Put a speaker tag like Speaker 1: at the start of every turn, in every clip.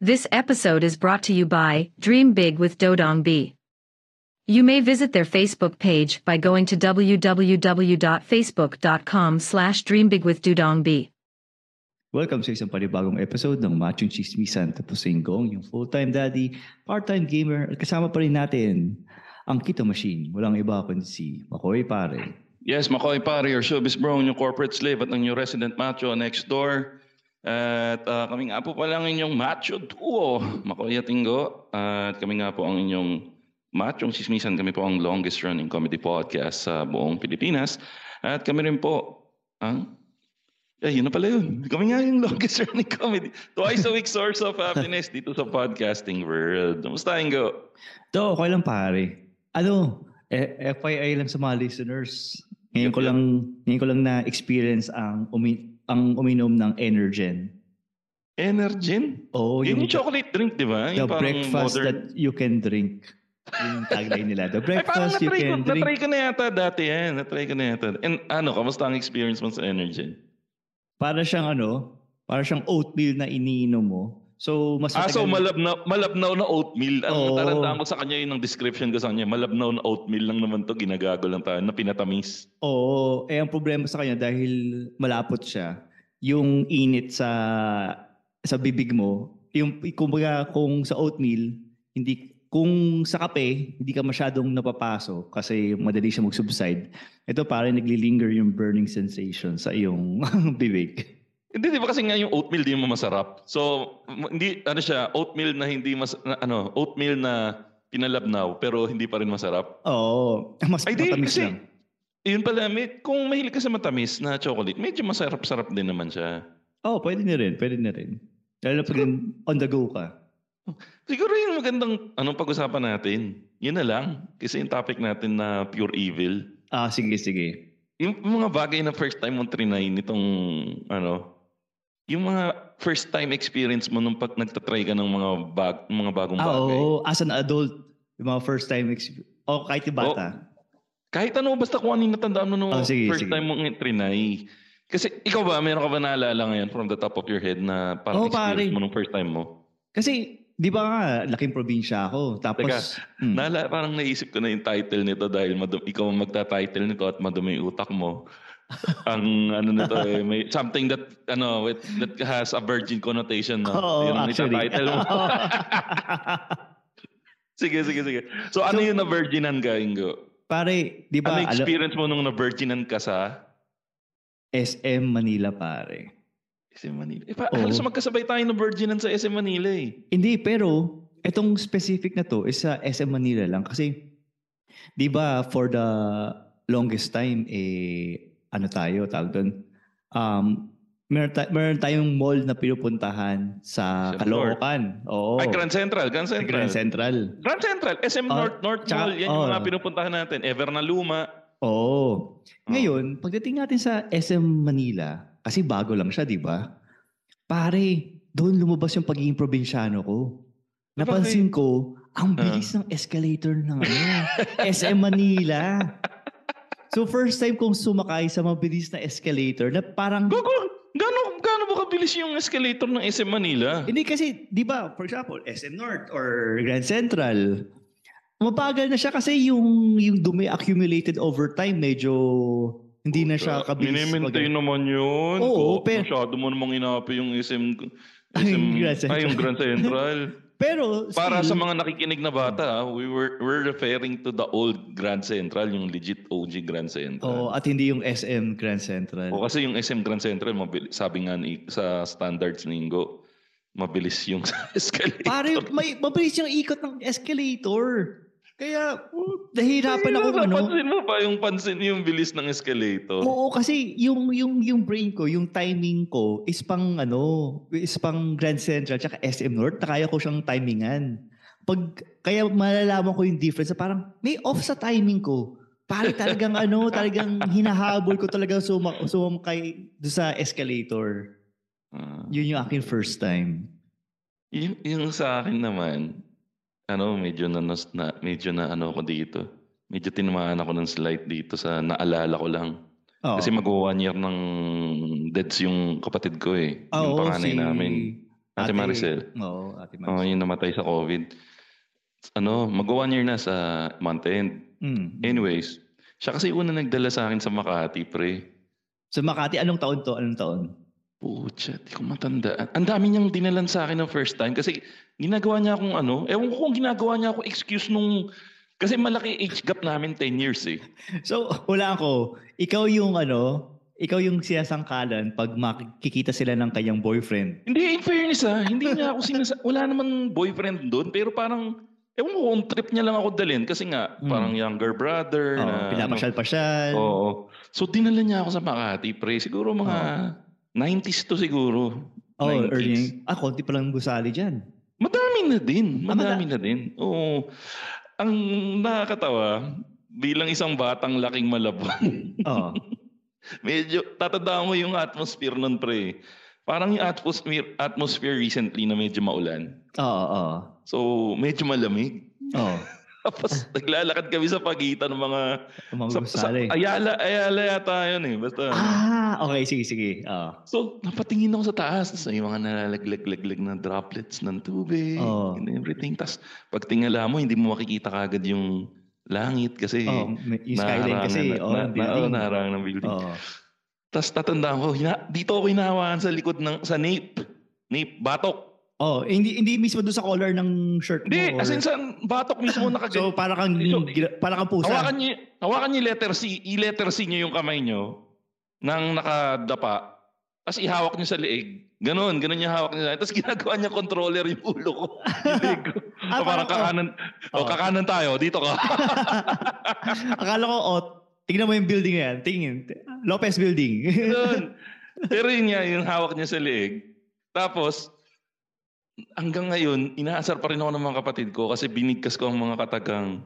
Speaker 1: This episode is brought to you by Dream Big with Dodong B. You may visit their Facebook page by going to www.facebook.com slash dreambigwithdodongb.
Speaker 2: Welcome sa isang panibagong episode ng Machong Chismisan. Tapos sa Inggong, yung full-time daddy, part-time gamer, at kasama pa rin natin ang Kita Machine. Walang iba kundi si Makoy Pare.
Speaker 3: Yes, Makoy Pare, your showbiz bro, yung corporate slave at ang new resident macho next door. At ah, kami nga po pala ang inyong macho duo, Makoy at Ingo. At kami nga po ang inyong machong sismisan. Kami po ang longest running comedy podcast sa buong Pilipinas. At kami rin po ang... Eh, yun na pala yun. Kami nga yung longest running comedy. Twice a week source of happiness dito sa podcasting world. Kamusta, Ingo?
Speaker 2: To, okay lang pare. Ano, eh, FYI lang sa mga listeners. Ngayon
Speaker 3: Yep,
Speaker 2: ko
Speaker 3: yep.
Speaker 2: lang, ngayon ko lang na-experience ang, umi- ang uminom ng Energen.
Speaker 3: Energen?
Speaker 2: Oo,
Speaker 3: Yun Oh, yung chocolate drink, di ba?
Speaker 2: the
Speaker 3: Yung parang
Speaker 2: breakfast
Speaker 3: modern-
Speaker 2: that you can drink. Yun yung tagline nila. The
Speaker 3: Ay, parang
Speaker 2: breakfast you
Speaker 3: na-try ko,
Speaker 2: can
Speaker 3: na-try
Speaker 2: drink.
Speaker 3: ko na yata dati yan. Na-try ko na yata. And ano, kamusta ang experience mo sa energy?
Speaker 2: Para siyang ano, para siyang oatmeal na iniinom mo. So, mas
Speaker 3: Ah, so
Speaker 2: matagal-
Speaker 3: malabnaw, malabnaw na oatmeal. Ang
Speaker 2: Oo.
Speaker 3: natarandaan ko sa kanya yun ang description ko sa kanya. Malabnaw na oatmeal lang naman to. Ginagago lang tayo na pinatamis.
Speaker 2: Oo. Eh, ang problema sa kanya dahil malapot siya, yung init sa sa bibig mo, yung kumbaga kung sa oatmeal, hindi kung sa kape, hindi ka masyadong napapasok kasi madali siya mag-subside. Ito parang naglilinger yung burning sensation sa iyong bibig.
Speaker 3: Hindi, di ba kasi nga yung oatmeal di mo masarap. So, m- hindi, ano siya, oatmeal na hindi mas, na, ano, oatmeal na pinalabnaw pero hindi pa rin masarap.
Speaker 2: Oo. Mas
Speaker 3: Ay, di,
Speaker 2: matamis
Speaker 3: kasi,
Speaker 2: lang.
Speaker 3: yun pala, may, kung mahilig ka sa matamis na chocolate, medyo masarap-sarap din naman siya.
Speaker 2: Oo, pwede na rin. Pwede na rin. Lalo pag on the go ka.
Speaker 3: Siguro yun magandang anong pag-usapan natin. Yun na lang. Kasi yung topic natin na pure evil.
Speaker 2: Ah, sige, sige.
Speaker 3: Yung mga bagay na first time mong trinay nitong ano, yung mga first time experience mo nung pag nagtatry ka ng mga bag, mga bagong
Speaker 2: Ah,
Speaker 3: bagay.
Speaker 2: oo. As an adult, yung mga first time experience. O kahit yung bata.
Speaker 3: Oh. Kahit ano, basta kung ano yung natandaan mo nung
Speaker 2: Oh, sige,
Speaker 3: first
Speaker 2: sige.
Speaker 3: time mong trinay. Kasi ikaw ba, meron ka ba naalala ngayon from the top of your head na
Speaker 2: Oo,
Speaker 3: parang experience
Speaker 2: pare.
Speaker 3: mo nung first time mo?
Speaker 2: Kasi, di ba nga, laking probinsya ako. Tapos,
Speaker 3: Teka,
Speaker 2: Hmm.
Speaker 3: Nala, parang naisip ko na yung title nito dahil madum- ikaw ang magta-title nito at madumi yung utak mo. ang ano nito eh, may something that ano with, that has a virgin connotation no.
Speaker 2: oo,
Speaker 3: Yun ang
Speaker 2: actually.
Speaker 3: itatitle mo. sige, sige, sige. So ano
Speaker 2: So-
Speaker 3: yung na-virginan ka, Ingo?
Speaker 2: pare, di
Speaker 3: Ano
Speaker 2: ba,
Speaker 3: yung
Speaker 2: ala-
Speaker 3: experience mo nung na-virginan ka sa
Speaker 2: SM Manila, pare.
Speaker 3: SM Manila? Eh, pa,
Speaker 2: Oo.
Speaker 3: halos magkasabay tayo na virginan sa SM Manila eh.
Speaker 2: Hindi, pero, etong specific na to is sa SM Manila lang. Kasi, di ba, for the longest time, eh, ano tayo, tawag doon, um, meron, ta- meron tayong mall na pinupuntahan sa
Speaker 3: Sa
Speaker 2: Caloocan. Oo.
Speaker 3: Ay, Grand Central, Grand
Speaker 2: Sa
Speaker 3: Central.
Speaker 2: Grand Central.
Speaker 3: Grand Central, SM
Speaker 2: Oh,
Speaker 3: North, North
Speaker 2: tsaka-
Speaker 3: Mall, yan yung
Speaker 2: oh.
Speaker 3: mga pinupuntahan natin. Evernaluma.
Speaker 2: Oo. Ngayon, pagdating natin sa SM Manila, kasi bago lang siya, di ba? Pare, doon lumabas yung pagiging probinsyano ko. Napansin ko, ang
Speaker 3: Ah.
Speaker 2: bilis ng escalator ng ano, SM Manila. So first time kong sumakay sa mabilis na escalator na parang
Speaker 3: Gogo, gaano gaano ba kabilis yung escalator ng SM Manila?
Speaker 2: Hindi kasi, di ba, for example, SM North or Grand Central, mabagal na siya kasi yung, yung dumi accumulated over time, medyo hindi na siya kabilis.
Speaker 3: Minimaintain naman yun.
Speaker 2: Oo,
Speaker 3: Ko-
Speaker 2: pero-
Speaker 3: Masyado mo namang inapi yung SM...
Speaker 2: Ay,
Speaker 3: SM
Speaker 2: Grand Central.
Speaker 3: ay, yung Grand Central.
Speaker 2: Pero,
Speaker 3: Para sa
Speaker 2: still,
Speaker 3: mga nakikinig na bata, ah, we were, we're referring to the old Grand Central, yung legit OG Grand
Speaker 2: Oo,
Speaker 3: Central.
Speaker 2: at hindi yung SM Grand Central.
Speaker 3: O kasi yung SM Grand Central, mabili- sabi nga ni, sa standards ningo, mabilis yung escalator.
Speaker 2: Pare, may mabilis yung ikot ng escalator. Kaya hmm, nahihirapan ako
Speaker 3: Kaya
Speaker 2: ano.
Speaker 3: Napansin mo ba yung pansin yung bilis ng escalator?
Speaker 2: Oo, kasi yung yung yung brain ko, yung timing ko is pang ano, is pang Grand Central tsaka SM North, na kaya ko siyang timingan. Pag kaya malalaman ko yung difference, na parang may off sa timing ko. Pare talagang ano, talagang hinahabol ko talaga suma, sumakay do sa escalator.
Speaker 3: Ah.
Speaker 2: Yun yung akin first time.
Speaker 3: Yung, yung sa akin naman, ano, medyo na, nas- na medyo na ano ko dito. Medyo tinamaan ako ng slide dito sa naalala ko lang.
Speaker 2: Oo.
Speaker 3: Kasi mag one year ng deads yung kapatid ko eh. yung
Speaker 2: Ah, Oo, si
Speaker 3: panganay namin. Ate Maricel.
Speaker 2: Oo, Ate
Speaker 3: Oh,
Speaker 2: Maricel.
Speaker 3: yun namatay sa COVID. Ano, mag one year na sa month end.
Speaker 2: Mm.
Speaker 3: Anyways, siya kasi una nagdala sa akin sa Makati, pre.
Speaker 2: Sa Makati, anong taon to? Anong taon?
Speaker 3: Pucha, di ko matandaan. Ang dami niyang dinalan sa akin ng first time kasi ginagawa niya akong ano, ewan ko kung ginagawa niya ako excuse nung, kasi malaki age gap namin 10 years eh.
Speaker 2: So, wala ako. Ikaw yung ano, ikaw yung sinasangkalan pag makikita sila ng kanyang boyfriend.
Speaker 3: Hindi, in fairness ah, hindi niya ako sinasa... Wala naman boyfriend doon, pero parang, ewan ko kung trip niya lang ako dalhin kasi nga,
Speaker 2: Mm.
Speaker 3: parang younger brother.
Speaker 2: Oh,
Speaker 3: na,
Speaker 2: pinapasyal-pasyal.
Speaker 3: ano. Oo. So, dinala niya ako sa Makati, pre. Siguro mga 90s to siguro.
Speaker 2: oh,
Speaker 3: 90s.
Speaker 2: earning. Ah, konti pa lang gusali dyan.
Speaker 3: Madami na din.
Speaker 2: Ah, mada-
Speaker 3: Madami na din. Oo. Ang nakakatawa, bilang isang batang laking malabon,
Speaker 2: Oo.
Speaker 3: medyo tatandaan mo yung atmosphere nun, pre. Parang yung atmosphere, atmosphere recently na medyo maulan.
Speaker 2: Oo, oo.
Speaker 3: So, medyo malamig.
Speaker 2: Oo.
Speaker 3: Tapos, naglalakad kami sa pagitan ng mga...
Speaker 2: Mga
Speaker 3: Sa, sa,
Speaker 2: gusali.
Speaker 3: ayala, ayala yata yun eh. Basta.
Speaker 2: Ah, okay, sige, sige. Oo.
Speaker 3: So, napatingin ako sa taas. Tapos, may mga nalalaglag-laglag na droplets ng tubig
Speaker 2: Oo.
Speaker 3: and everything. Tapos, pag tingala mo, hindi mo makikita kagad yung langit kasi
Speaker 2: Oh, may- yung skyline
Speaker 3: naharangan
Speaker 2: kasi,
Speaker 3: na-
Speaker 2: oh, ang
Speaker 3: na, na,
Speaker 2: building.
Speaker 3: oh, naharangan ng building.
Speaker 2: Oo.
Speaker 3: Tapos, tatandaan ko, hina- dito ako hinahawakan sa likod ng, sa nape. Nape, batok.
Speaker 2: Oh, hindi hindi mismo doon sa color ng shirt mo.
Speaker 3: Hindi,
Speaker 2: or-
Speaker 3: as in sa batok mismo
Speaker 2: So,
Speaker 3: nakaganyan.
Speaker 2: para kang,
Speaker 3: So,
Speaker 2: gila- para kang pusa.
Speaker 3: Hawakan niyo, hawakan niyo letter C, i-letter C niyo yung kamay niyo nang nakadapa. Tapos ihawak niyo sa leeg. Ganon, ganon niya hawak niya. Tapos ginagawa niya controller yung ulo ko. Yung leeg ko.
Speaker 2: Ah,
Speaker 3: So, parang
Speaker 2: parang, oh.
Speaker 3: kakanan. O,
Speaker 2: Oh.
Speaker 3: kakanan tayo. Dito ka.
Speaker 2: Akala ko, oh, tingnan mo yung building na yan. Tingin. Lopez building.
Speaker 3: Ganon. Pero yun nga, yung hawak niya sa leeg. Tapos, hanggang ngayon, inaasar pa rin ako ng mga kapatid ko kasi binigkas ko ang mga katagang,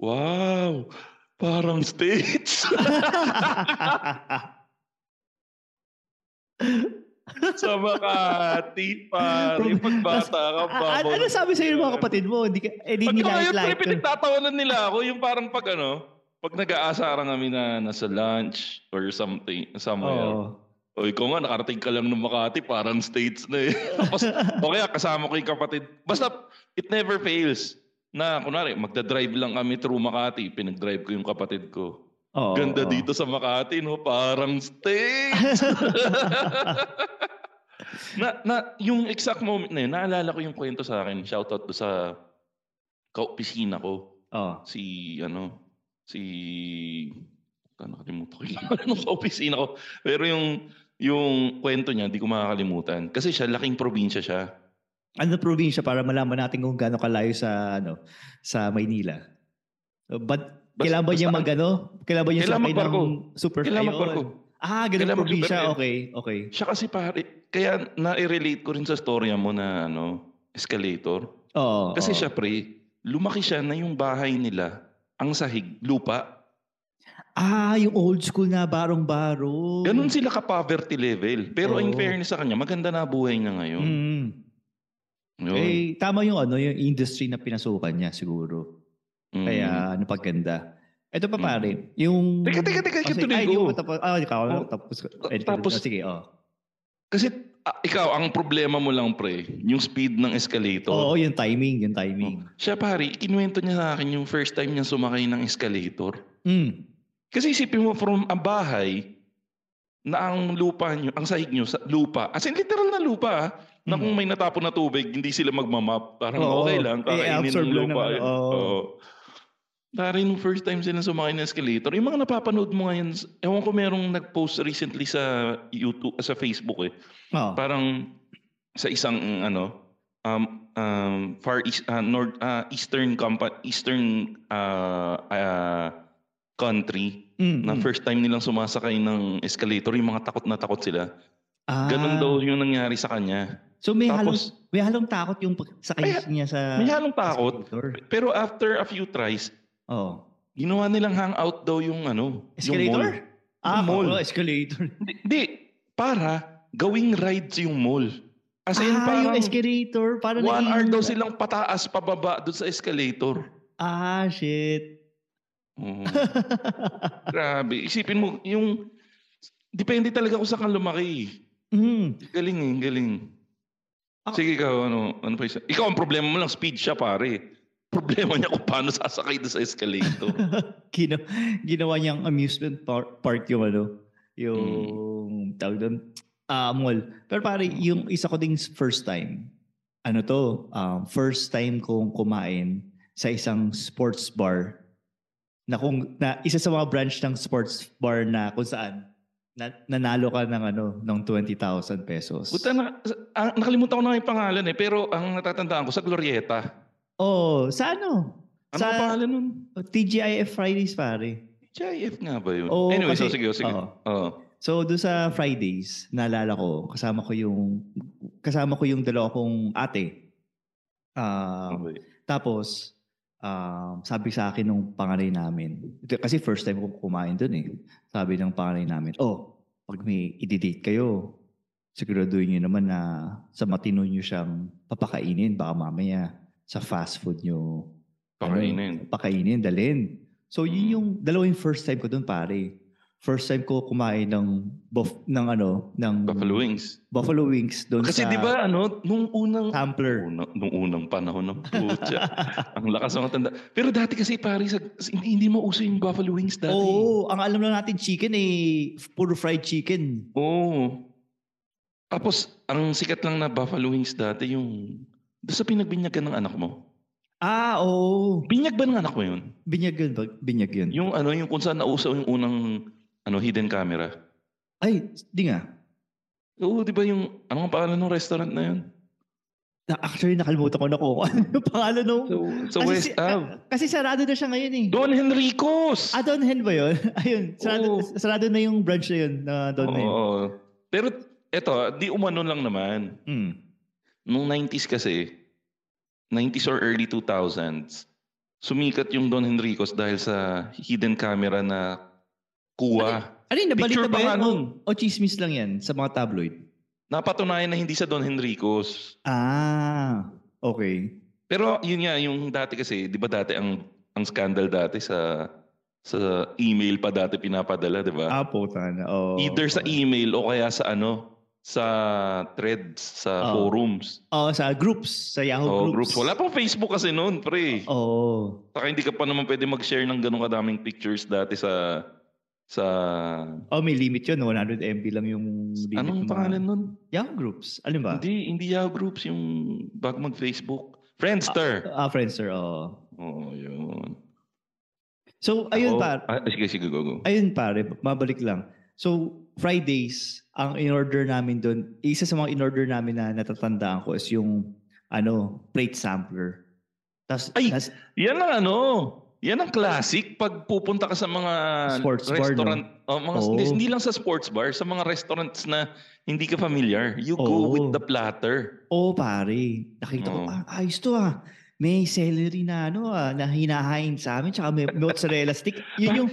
Speaker 3: wow, parang states. sa Makati, pare. Pag bata ka,
Speaker 2: A-
Speaker 3: babaw.
Speaker 2: a- ano sabi sa'yo ng mga kapatid mo? Hindi, ka- eh, di
Speaker 3: Pag
Speaker 2: nila
Speaker 3: ngayon, pre,
Speaker 2: like.
Speaker 3: pinagtatawanan nila ako. Yung parang pag ano, pag nag-aasara kami na nasa lunch or something, somewhere.
Speaker 2: Oo.
Speaker 3: O ikaw nga, nakarating ka lang ng Makati, parang states na eh. Tapos, o kaya kasama ko yung kapatid. Basta, it never fails. Na, kunwari, magdadrive lang kami through Makati. Pinag-drive ko yung kapatid ko.
Speaker 2: Oo,
Speaker 3: Ganda
Speaker 2: oo.
Speaker 3: dito sa Makati, no? Parang states. na, na, yung exact moment na yun, naalala ko yung kwento sa akin. Shoutout to sa kaopisina ko.
Speaker 2: Oo.
Speaker 3: Si, ano, si... Puta, nakalimutan ko yung ano sa opisina ko. Pero yung, yung kwento niya, di ko makakalimutan. Kasi siya, laking probinsya siya.
Speaker 2: Ano probinsya para malaman natin kung gaano kalayo sa ano sa Maynila? But
Speaker 3: Bas-
Speaker 2: kailan ba niya
Speaker 3: basta-
Speaker 2: mag ano? Kailan ba niya
Speaker 3: Kailan
Speaker 2: sakay
Speaker 3: magbarko?
Speaker 2: ng super
Speaker 3: Kailan
Speaker 2: Ayun.
Speaker 3: magbarko?
Speaker 2: Ah, ganun
Speaker 3: Kailan
Speaker 2: probinsya.
Speaker 3: mag-super
Speaker 2: Okay, okay.
Speaker 3: Siya kasi pare, kaya na-relate ko rin sa storya mo na ano, escalator.
Speaker 2: Oo.
Speaker 3: Kasi
Speaker 2: oo.
Speaker 3: siya pre, lumaki siya na yung bahay nila, ang sahig, lupa.
Speaker 2: Ah, yung old school na barong-baro.
Speaker 3: Ganun sila ka-poverty level. Pero in
Speaker 2: Mm. Oo.
Speaker 3: fairness sa kanya, maganda na buhay niya ngayon.
Speaker 2: Mm.
Speaker 3: Yun.
Speaker 2: Eh, tama yung ano, yung industry na pinasukan niya siguro.
Speaker 3: Mm.
Speaker 2: Kaya napaganda. Ito pa pare, yung...
Speaker 3: Teka, teka,
Speaker 2: Oh,
Speaker 3: teka,
Speaker 2: sige.
Speaker 3: tuloy
Speaker 2: Ay,
Speaker 3: ko.
Speaker 2: di mo pa tapos. Ah, ikaw,
Speaker 3: Oh,
Speaker 2: tapos.
Speaker 3: tapos-
Speaker 2: Tapos. Sige, oh.
Speaker 3: Kasi ah, ikaw, ang problema mo lang pre, yung speed ng escalator.
Speaker 2: Oo, yung timing, yung timing.
Speaker 3: Siya pare, ikinuwento niya sa akin yung first time niya sumakay ng escalator.
Speaker 2: Mm.
Speaker 3: Kasi isipin mo from ang bahay na ang lupa nyo, ang sahig nyo, sa lupa. As in, literal na lupa. ah, Na kung may natapon na tubig, hindi sila magmamap. Parang
Speaker 2: Hmm. Oo.
Speaker 3: okay lang, kakainin
Speaker 2: I-absorb
Speaker 3: ng
Speaker 2: lang
Speaker 3: lupa.
Speaker 2: naman,
Speaker 3: yun.
Speaker 2: oo.
Speaker 3: Oo. Pare, nung first time sila sumakay ng escalator, yung mga napapanood mo ngayon, ewan ko merong nag-post recently
Speaker 2: Oh.
Speaker 3: sa YouTube, sa Facebook eh.
Speaker 2: Oo.
Speaker 3: Parang sa isang ano, um, um, Far East, uh, North, uh, Eastern, compa- Eastern uh, uh, country
Speaker 2: Mm. Hmm.
Speaker 3: na first time nilang sumasakay ng escalator, yung mga takot na takot sila.
Speaker 2: Ah,
Speaker 3: Ganun daw yung nangyari sa kanya.
Speaker 2: So may
Speaker 3: Tapos-
Speaker 2: halong may halong takot yung pag- sa
Speaker 3: May-
Speaker 2: case niya sa
Speaker 3: may halong takot.
Speaker 2: Ah. escalator.
Speaker 3: Pero after a few tries,
Speaker 2: Oh.
Speaker 3: ginawa nilang hangout daw yung ano, yung mall.
Speaker 2: Escalator? Ah,
Speaker 3: Yung mall.
Speaker 2: oo, escalator.
Speaker 3: Hindi, Hindi, para gawing rides yung mall. As in,
Speaker 2: ah,
Speaker 3: parang
Speaker 2: yung escalator. Parang
Speaker 3: one
Speaker 2: naging-
Speaker 3: hour daw silang pataas pababa doon sa escalator.
Speaker 2: Ah, shit.
Speaker 3: Oo. Grabe. Isipin mo, yung... Depende talaga kung saan ka lumaki.
Speaker 2: Mm.
Speaker 3: Galing eh, galing.
Speaker 2: Ako-
Speaker 3: Sige ikaw, ano, ano pa isa? Ikaw ang problema mo lang, speed siya pare. Problema niya kung paano sasakay doon sa escalator.
Speaker 2: Gina, ginawa niyang amusement par- park yung ano,
Speaker 3: Mm.
Speaker 2: yung tawag doon, ah, mall. Pero pare, yung isa ko ding first time, ano to, um, first time kong kumain sa isang sports bar na kung na isa sa mga branch ng sports bar na kung saan na, nanalo ka ng ano ng 20,000 pesos.
Speaker 3: Puta na, ah, nakalimutan ko na nga yung pangalan eh, pero ang natatandaan ko sa Glorieta.
Speaker 2: Oh, sa ano?
Speaker 3: Ano
Speaker 2: sa
Speaker 3: ang pangalan nun?
Speaker 2: TGIF Fridays pare.
Speaker 3: JF nga ba yun?
Speaker 2: Oo,
Speaker 3: anyway,
Speaker 2: kasi-
Speaker 3: so sige, sige.
Speaker 2: oo.
Speaker 3: Oo.
Speaker 2: So doon sa Fridays, naalala ko, kasama ko yung kasama ko yung dalawa kong ate. Um,
Speaker 3: Okay.
Speaker 2: tapos um, sabi sa akin nung panganay namin, ito- kasi first time ko kumain doon eh. Sabi ng panganay namin, "Oh, pag may i-date kayo, siguraduhin niyo naman na sa matino niyo siyang papakainin baka mamaya sa fast food niyo ano,
Speaker 3: Pakainin.
Speaker 2: pakainin, dalhin. So yun
Speaker 3: Mm.
Speaker 2: yung dalawang first time ko doon pare. First time ko kumain ng buff, ng ano, ng
Speaker 3: Buffalo Wings.
Speaker 2: buffalo wings doon
Speaker 3: Kasi
Speaker 2: sa
Speaker 3: di ba ano, nung unang
Speaker 2: Sampler.
Speaker 3: Una, nung unang panahon ng putya. ang lakas ng tanda. Pero dati kasi pare, sa, sa- hindi, hindi mauso yung buffalo wings dati.
Speaker 2: Oo, ang alam lang natin chicken eh, puro fried chicken.
Speaker 3: Oo. Tapos, ang sikat lang na buffalo wings dati yung... Doon sa pinagbinyagan ng anak mo.
Speaker 2: Ah, oo.
Speaker 3: Binyag ba ng anak mo yun?
Speaker 2: Binyag yun, ba? binyag yun.
Speaker 3: Yung ano, yung kung saan nausaw yung unang ano, hidden camera.
Speaker 2: Ay, di nga.
Speaker 3: Oo, di ba yung... Ano ang pangalan ng restaurant na yun?
Speaker 2: Na, actually, nakalimutan ko na kung ano yung pangalan nung...
Speaker 3: So, sa West
Speaker 2: si- ka-
Speaker 3: Ave.
Speaker 2: kasi sarado na siya ngayon eh.
Speaker 3: Don Henricos!
Speaker 2: Ah, Don Hen ba yun? Ayun, sarado,
Speaker 3: Oo.
Speaker 2: sarado na yung branch na yun na Don Hen.
Speaker 3: Oo. Pero eto, ah, di umano lang naman.
Speaker 2: Mm.
Speaker 3: Nung 90s kasi, 90s or early 2000s, sumikat yung Don Henricos dahil sa hidden camera na kuha.
Speaker 2: Ano yun, nabalita
Speaker 3: Picture
Speaker 2: ba
Speaker 3: pa
Speaker 2: yun?
Speaker 3: nga
Speaker 2: O,
Speaker 3: nun.
Speaker 2: o chismis lang yan sa mga tabloid?
Speaker 3: Napatunayan na hindi sa Don Henricos.
Speaker 2: Ah, okay.
Speaker 3: Pero yun nga, yung dati kasi, di ba dati ang ang scandal dati sa sa email pa dati pinapadala, di ba?
Speaker 2: Ah, puta na. Oh,
Speaker 3: Either sa e- email o kaya sa ano, sa threads, sa
Speaker 2: Oo.
Speaker 3: forums.
Speaker 2: Oh, sa groups. Sa Yahoo
Speaker 3: Oh,
Speaker 2: groups.
Speaker 3: groups. Wala pang Facebook kasi noon, pre.
Speaker 2: Oh.
Speaker 3: Saka hindi ka pa naman pwede mag-share ng ganun kadaming pictures dati sa sa
Speaker 2: Oh, may limit yun. 100 MB lang yung limit.
Speaker 3: anong
Speaker 2: ng mga-
Speaker 3: pangalan nun?
Speaker 2: Yahoo groups. Alin ba?
Speaker 3: Hindi, hindi Yahoo Groups yung bago mag-Facebook. Friendster.
Speaker 2: Ah, Friendster. Oh.
Speaker 3: Oo, oh, yun.
Speaker 2: So, ayun
Speaker 3: Ako-
Speaker 2: par.
Speaker 3: Ah, sige, sige, go, go.
Speaker 2: Ayun pare, mabalik lang. So, Fridays, ang in-order namin doon, isa sa mga in-order namin na natatandaan ko is yung, ano, plate sampler. Tas,
Speaker 3: Ay!
Speaker 2: tas-
Speaker 3: Yan ang ano, yan ang classic pag pupunta ka sa mga
Speaker 2: Sports bar,
Speaker 3: restaurant. oh, mga,
Speaker 2: Oo.
Speaker 3: hindi, hindi lang sa sports bar, sa mga restaurants na hindi ka familiar. You go
Speaker 2: Oo.
Speaker 3: with the platter.
Speaker 2: Oo, pare. Nakita ko,
Speaker 3: Oo.
Speaker 2: ah, ayos to ah. May celery na ano ah, na hinahain sa amin, tsaka may mozzarella stick. Yun yung,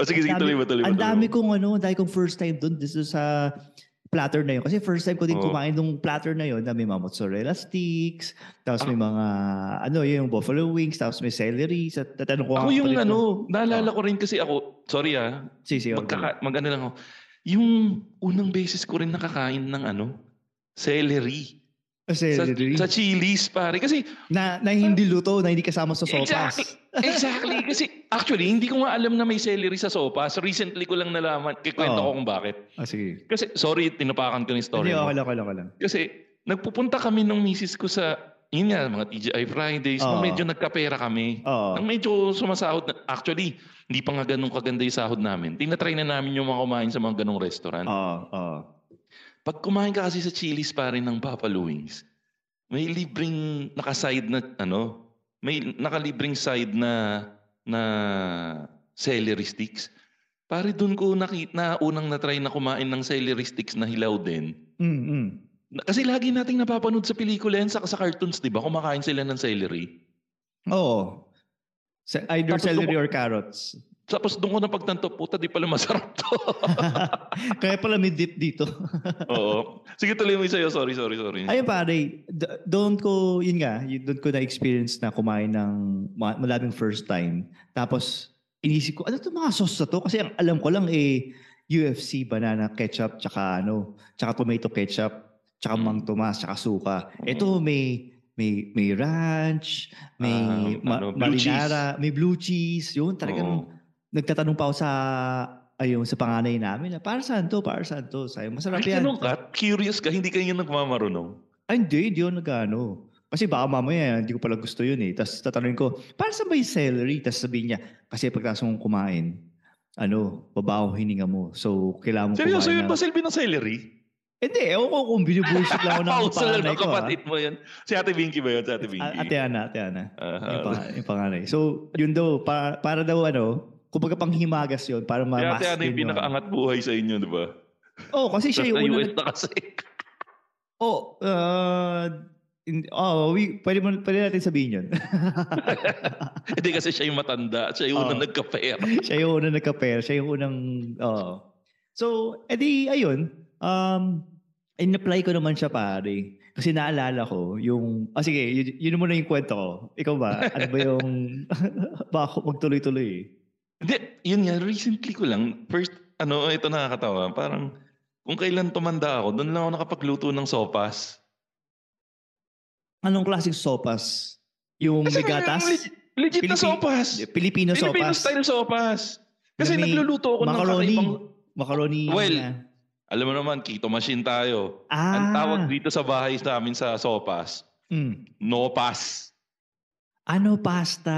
Speaker 3: Oh, sige, sige,
Speaker 2: ang
Speaker 3: tuloy
Speaker 2: dami-
Speaker 3: mo, tuloy mo.
Speaker 2: Ang
Speaker 3: tuloy
Speaker 2: dami
Speaker 3: mo.
Speaker 2: kong ano, ang dami kong first time doon dito sa platter na yun. Kasi first time ko din
Speaker 3: Oo.
Speaker 2: kumain nung platter na yun na may mga mozzarella sticks, tapos
Speaker 3: Ah.
Speaker 2: may mga, ano, yun, yung buffalo wings, tapos may celery. Sa, tatanong ko
Speaker 3: Ako
Speaker 2: ang
Speaker 3: yung
Speaker 2: kapatid ko,
Speaker 3: ano, naalala ko rin kasi ako, sorry ah,
Speaker 2: Si, si,
Speaker 3: magkaka, mag ano lang ako. Yung unang beses ko rin nakakain ng ano, celery.
Speaker 2: Ah,
Speaker 3: Sa,
Speaker 2: celery.
Speaker 3: sa chilies, pare. Kasi,
Speaker 2: na, na hindi luto, na hindi kasama sa sopas.
Speaker 3: exactly. Exactly. Kasi, actually, hindi ko nga alam na may celery sa sopas. Recently ko lang nalaman. Kikwento
Speaker 2: Oo.
Speaker 3: ko kung bakit.
Speaker 2: Ah, sige.
Speaker 3: Kasi, sorry, tinapakan ko yung story
Speaker 2: Hindi,
Speaker 3: mo.
Speaker 2: okay lang, okay lang, okay lang.
Speaker 3: Kasi, nagpupunta kami nung misis ko sa, yun nga, mga TGI Fridays, nung
Speaker 2: Oo.
Speaker 3: medyo nagkapera kami.
Speaker 2: Oo.
Speaker 3: Nang medyo sumasahod na, actually, hindi pa nga ganun kaganda yung sahod namin. Tinatry na namin yung mga kumain sa mga ganung restaurant.
Speaker 2: Oo, oo.
Speaker 3: Pag kumain ka kasi sa Chili's pa rin ng Buffalo Wings, may libreng nakaside na ano, may nakalibreng side na na celery sticks. Pare doon ko nakita na unang na-try na kumain ng celery sticks na hilaw din.
Speaker 2: Mm, mm.
Speaker 3: Na- Kasi lagi nating napapanood sa pelikula yan sa, sa cartoons, 'di ba? Kumakain sila ng celery.
Speaker 2: Oo. Sa- Either
Speaker 3: Hmm. Tapos
Speaker 2: celery
Speaker 3: dumo-
Speaker 2: or carrots.
Speaker 3: Tapos doon ko napagtanto, puta, di pala masarap to.
Speaker 2: Kaya pala may dip dito.
Speaker 3: Oo. Sige, tuloy mo yung sa'yo. Sorry, sorry, sorry.
Speaker 2: Ayun pare, d- doon ko, yun nga, yun, doon ko na-experience na kumain ng ma- malaming first time. Tapos, inisip ko, ano to mga sauce na to? Kasi ang alam ko lang eh, UFC, banana ketchup, tsaka ano, tsaka tomato ketchup, tsaka
Speaker 3: Mm.
Speaker 2: mang tomas, tsaka suka.
Speaker 3: Mm.
Speaker 2: Ito may may may ranch, may
Speaker 3: Ah,
Speaker 2: ma-
Speaker 3: ano, blue cheese.
Speaker 2: marinara, may blue cheese. Yun,
Speaker 3: Oo.
Speaker 2: talagang nagtatanong pa ako sa ayun, sa panganay namin. na, Para saan to? Para saan to? Sayo, masarap
Speaker 3: Ay,
Speaker 2: yan.
Speaker 3: ganun ka? Curious ka? Hindi kayo nagmamarunong?
Speaker 2: Ay, hindi, hindi ako nag-ano. Kasi baka mamaya, hindi ko pala gusto yun eh. Tapos tatanungin ko, para sa ba yung celery? Tapos sabihin niya, kasi pagkatapos mong kumain, ano, babaho hininga mo. So, kailangan mo
Speaker 3: Seryoso
Speaker 2: kumain
Speaker 3: yun ba, Silvi, ng celery?
Speaker 2: Hindi, ewan ko kung binubullshit lang ako ng
Speaker 3: Pauso lang
Speaker 2: panganay
Speaker 3: ng
Speaker 2: ko. ah.
Speaker 3: kapatid mo yan. Si Ate Binky ba yun? Si Ate Binky?
Speaker 2: A- Ate Ana, Ate Ana.
Speaker 3: Ah,
Speaker 2: Yung, pang- yung panganay. So, yun daw, para, para daw ano, kumbaga panghimagas yun, para
Speaker 3: Si
Speaker 2: ma-mask
Speaker 3: Ate Ana
Speaker 2: din
Speaker 3: yung
Speaker 2: yun.
Speaker 3: pinakaangat buhay sa inyo, di ba?
Speaker 2: Oo, oh, kasi siya
Speaker 3: Sa
Speaker 2: yung una
Speaker 3: US na kasi.
Speaker 2: Oh, uh, in, oh, we, pwede, mo, pwede natin sabihin yun.
Speaker 3: Hindi kasi siya yung matanda. Siya yung
Speaker 2: Oo.
Speaker 3: una nagka-pera.
Speaker 2: Oh. siya yung unang nagka-pair. Siya yung unang, oo. So, edi, ayun. Um, in-apply ko naman siya pare. Kasi naalala ko yung, ah sige, yun, yun muna yung kwento ko. Ikaw ba? Ano ba yung, baka ako magtuloy-tuloy eh.
Speaker 3: Hindi, yun nga. Recently ko lang, first, ano, ito nakakatawa. Parang, kung kailan tumanda ako, doon lang ako nakapagluto ng sopas.
Speaker 2: Anong klaseng sopas? Yung may gatas?
Speaker 3: Kasi legit na
Speaker 2: Pilipi-
Speaker 3: sopas.
Speaker 2: Filipino
Speaker 3: Filipino
Speaker 2: sopas?
Speaker 3: style sopas. Kasi
Speaker 2: Na may
Speaker 3: nagluluto ako ng
Speaker 2: macaroni.
Speaker 3: kakaibang...
Speaker 2: Macaroni?
Speaker 3: Well,
Speaker 2: na-
Speaker 3: Alam mo naman, keto machine tayo.
Speaker 2: ah,
Speaker 3: Ang tawag dito sa bahay namin sa sopas,
Speaker 2: mm.
Speaker 3: no pass.
Speaker 2: Ano pasta?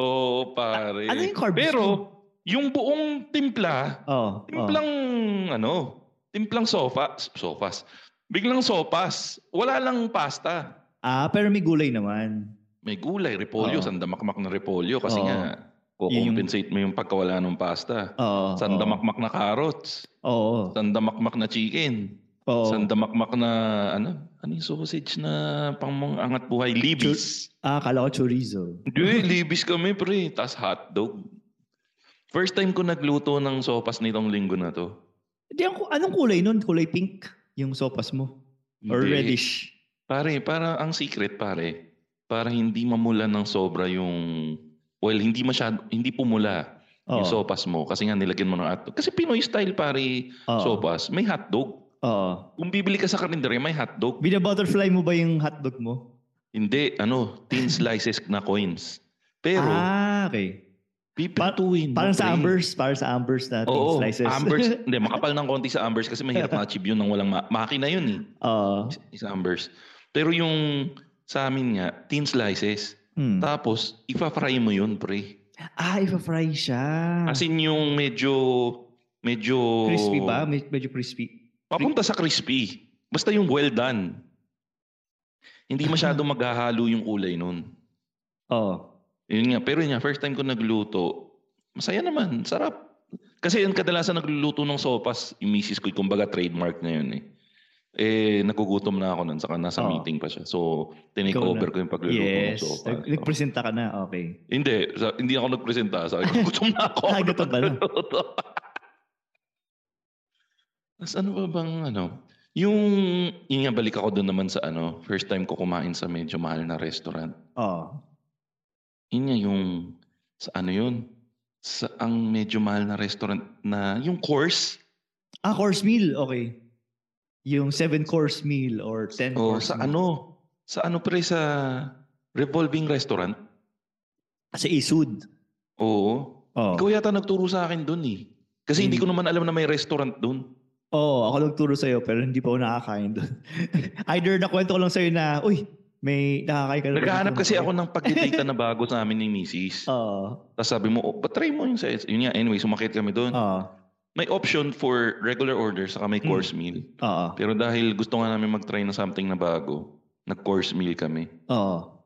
Speaker 3: Oo, pare.
Speaker 2: Ano yung carbs?
Speaker 3: Pero,
Speaker 2: mo?
Speaker 3: yung buong timpla,
Speaker 2: oh, oh.
Speaker 3: timplang, ano, timplang sofa, sofas. Biglang sopas. Wala lang pasta.
Speaker 2: Ah, pero may gulay naman.
Speaker 3: May gulay,
Speaker 2: Oo.
Speaker 3: repolyo, sandamakmak na repolyo kasi
Speaker 2: Oo.
Speaker 3: nga,
Speaker 2: Oh. Yun yung- Oh,
Speaker 3: kukompensate mo yung pagkawala ng pasta.
Speaker 2: Oo.
Speaker 3: Sandamakmak na carrots,
Speaker 2: Oo.
Speaker 3: sandamakmak na chicken,
Speaker 2: Oo.
Speaker 3: sandamakmak na, ano, ano yung sausage na pang mga angat buhay? Libis.
Speaker 2: Ah, kala ko chorizo.
Speaker 3: Hindi, libis kami pre. Tapos hotdog. First time ko nagluto ng sopas nitong linggo na to.
Speaker 2: Di, ang- anong kulay nun? Kulay pink? Yung sopas mo? Or
Speaker 3: Hindi.
Speaker 2: reddish?
Speaker 3: Pare, para ang secret pare, para hindi mamula ng sobra yung, well, hindi masyado, hindi pumula
Speaker 2: Oo.
Speaker 3: yung sopas mo. Kasi nga nilagyan mo ng hotdog. Kasi Pinoy style pare,
Speaker 2: Oo.
Speaker 3: sopas, may hotdog.
Speaker 2: Oo.
Speaker 3: Kung bibili ka sa karinderya, may hotdog.
Speaker 2: Bina-butterfly mo ba yung hotdog mo?
Speaker 3: Hindi, ano, thin slices na coins. Pero,
Speaker 2: ah, okay.
Speaker 3: pipintuin mo,
Speaker 2: Parang sa
Speaker 3: pre.
Speaker 2: ambers. Parang sa ambers na thin
Speaker 3: Oo,
Speaker 2: slices.
Speaker 3: ambers. Hindi, makapal ng konti sa ambers kasi mahirap ma-achieve yun ng walang ma- makina yun eh.
Speaker 2: Oo.
Speaker 3: Sa ambers. Pero yung sa amin nga, thin slices.
Speaker 2: Hmm.
Speaker 3: Tapos, ipa-fry mo yun, pre.
Speaker 2: Ah, ipa-fry siya.
Speaker 3: As in yung medyo, medyo...
Speaker 2: Hmm. crispy ba? Med- medyo crispy.
Speaker 3: Papunta sa crispy. Basta yung well done. Hindi masyado maghahalo yung kulay nun.
Speaker 2: Oo.
Speaker 3: Yun nga. Pero yun nga, first time ko nagluto, masaya naman, sarap. Kasi yung kadalasan nagluluto ng sopas, yung misis ko, kumbaga trademark niya yun eh. Eh, nagugutom na ako nun, saka nasa
Speaker 2: Oo.
Speaker 3: meeting pa siya. So,
Speaker 2: Ah. Ikaw na.
Speaker 3: tinikover ko yung pagluluto ng
Speaker 2: Yes.
Speaker 3: sopas. Oh.
Speaker 2: Nag- nagpresenta ka na. Okay.
Speaker 3: Hindi, sa, hindi ako nagpresenta. Sabi ko, gutom na ako.
Speaker 2: Ah, gutom ka na.
Speaker 3: Tapos ano ba bang ano? Yung, yun nga, balik ako doon naman sa ano, first time ko kumain sa medyo mahal na restaurant.
Speaker 2: Oo.
Speaker 3: Yun nga yung, sa ano yun? Sa ang medyo mahal na restaurant na, yung course.
Speaker 2: Ah, course meal. Okay. Yung seven course meal or ten
Speaker 3: O
Speaker 2: course
Speaker 3: sa
Speaker 2: meal.
Speaker 3: ano? Sa ano pre, sa revolving restaurant?
Speaker 2: Sa isud.
Speaker 3: Oo.
Speaker 2: Oo. Hmm.
Speaker 3: Ikaw yata nagturo sa akin doon eh. Kasi hindi ko naman alam na may restaurant doon.
Speaker 2: Oo, ako nagturo sa'yo pero hindi pa ako nakakain doon. Either nakwento ko lang sa'yo na, uy, may nakakain ka na. ba Ah.
Speaker 3: Naghahanap
Speaker 2: dito?"
Speaker 3: kasi ako ng pagdidata na bago sa amin ni misis.
Speaker 2: Oo.
Speaker 3: Tapos sabi mo, oh, patry mo yung sa Yun nga, anyway, sumakit kami doon.
Speaker 2: Oo.
Speaker 3: May option
Speaker 2: Hmm.
Speaker 3: for regular order saka may course meal.
Speaker 2: Oo.
Speaker 3: Pero dahil gusto nga namin mag-try na something na bago, nag-course meal kami.
Speaker 2: Oo.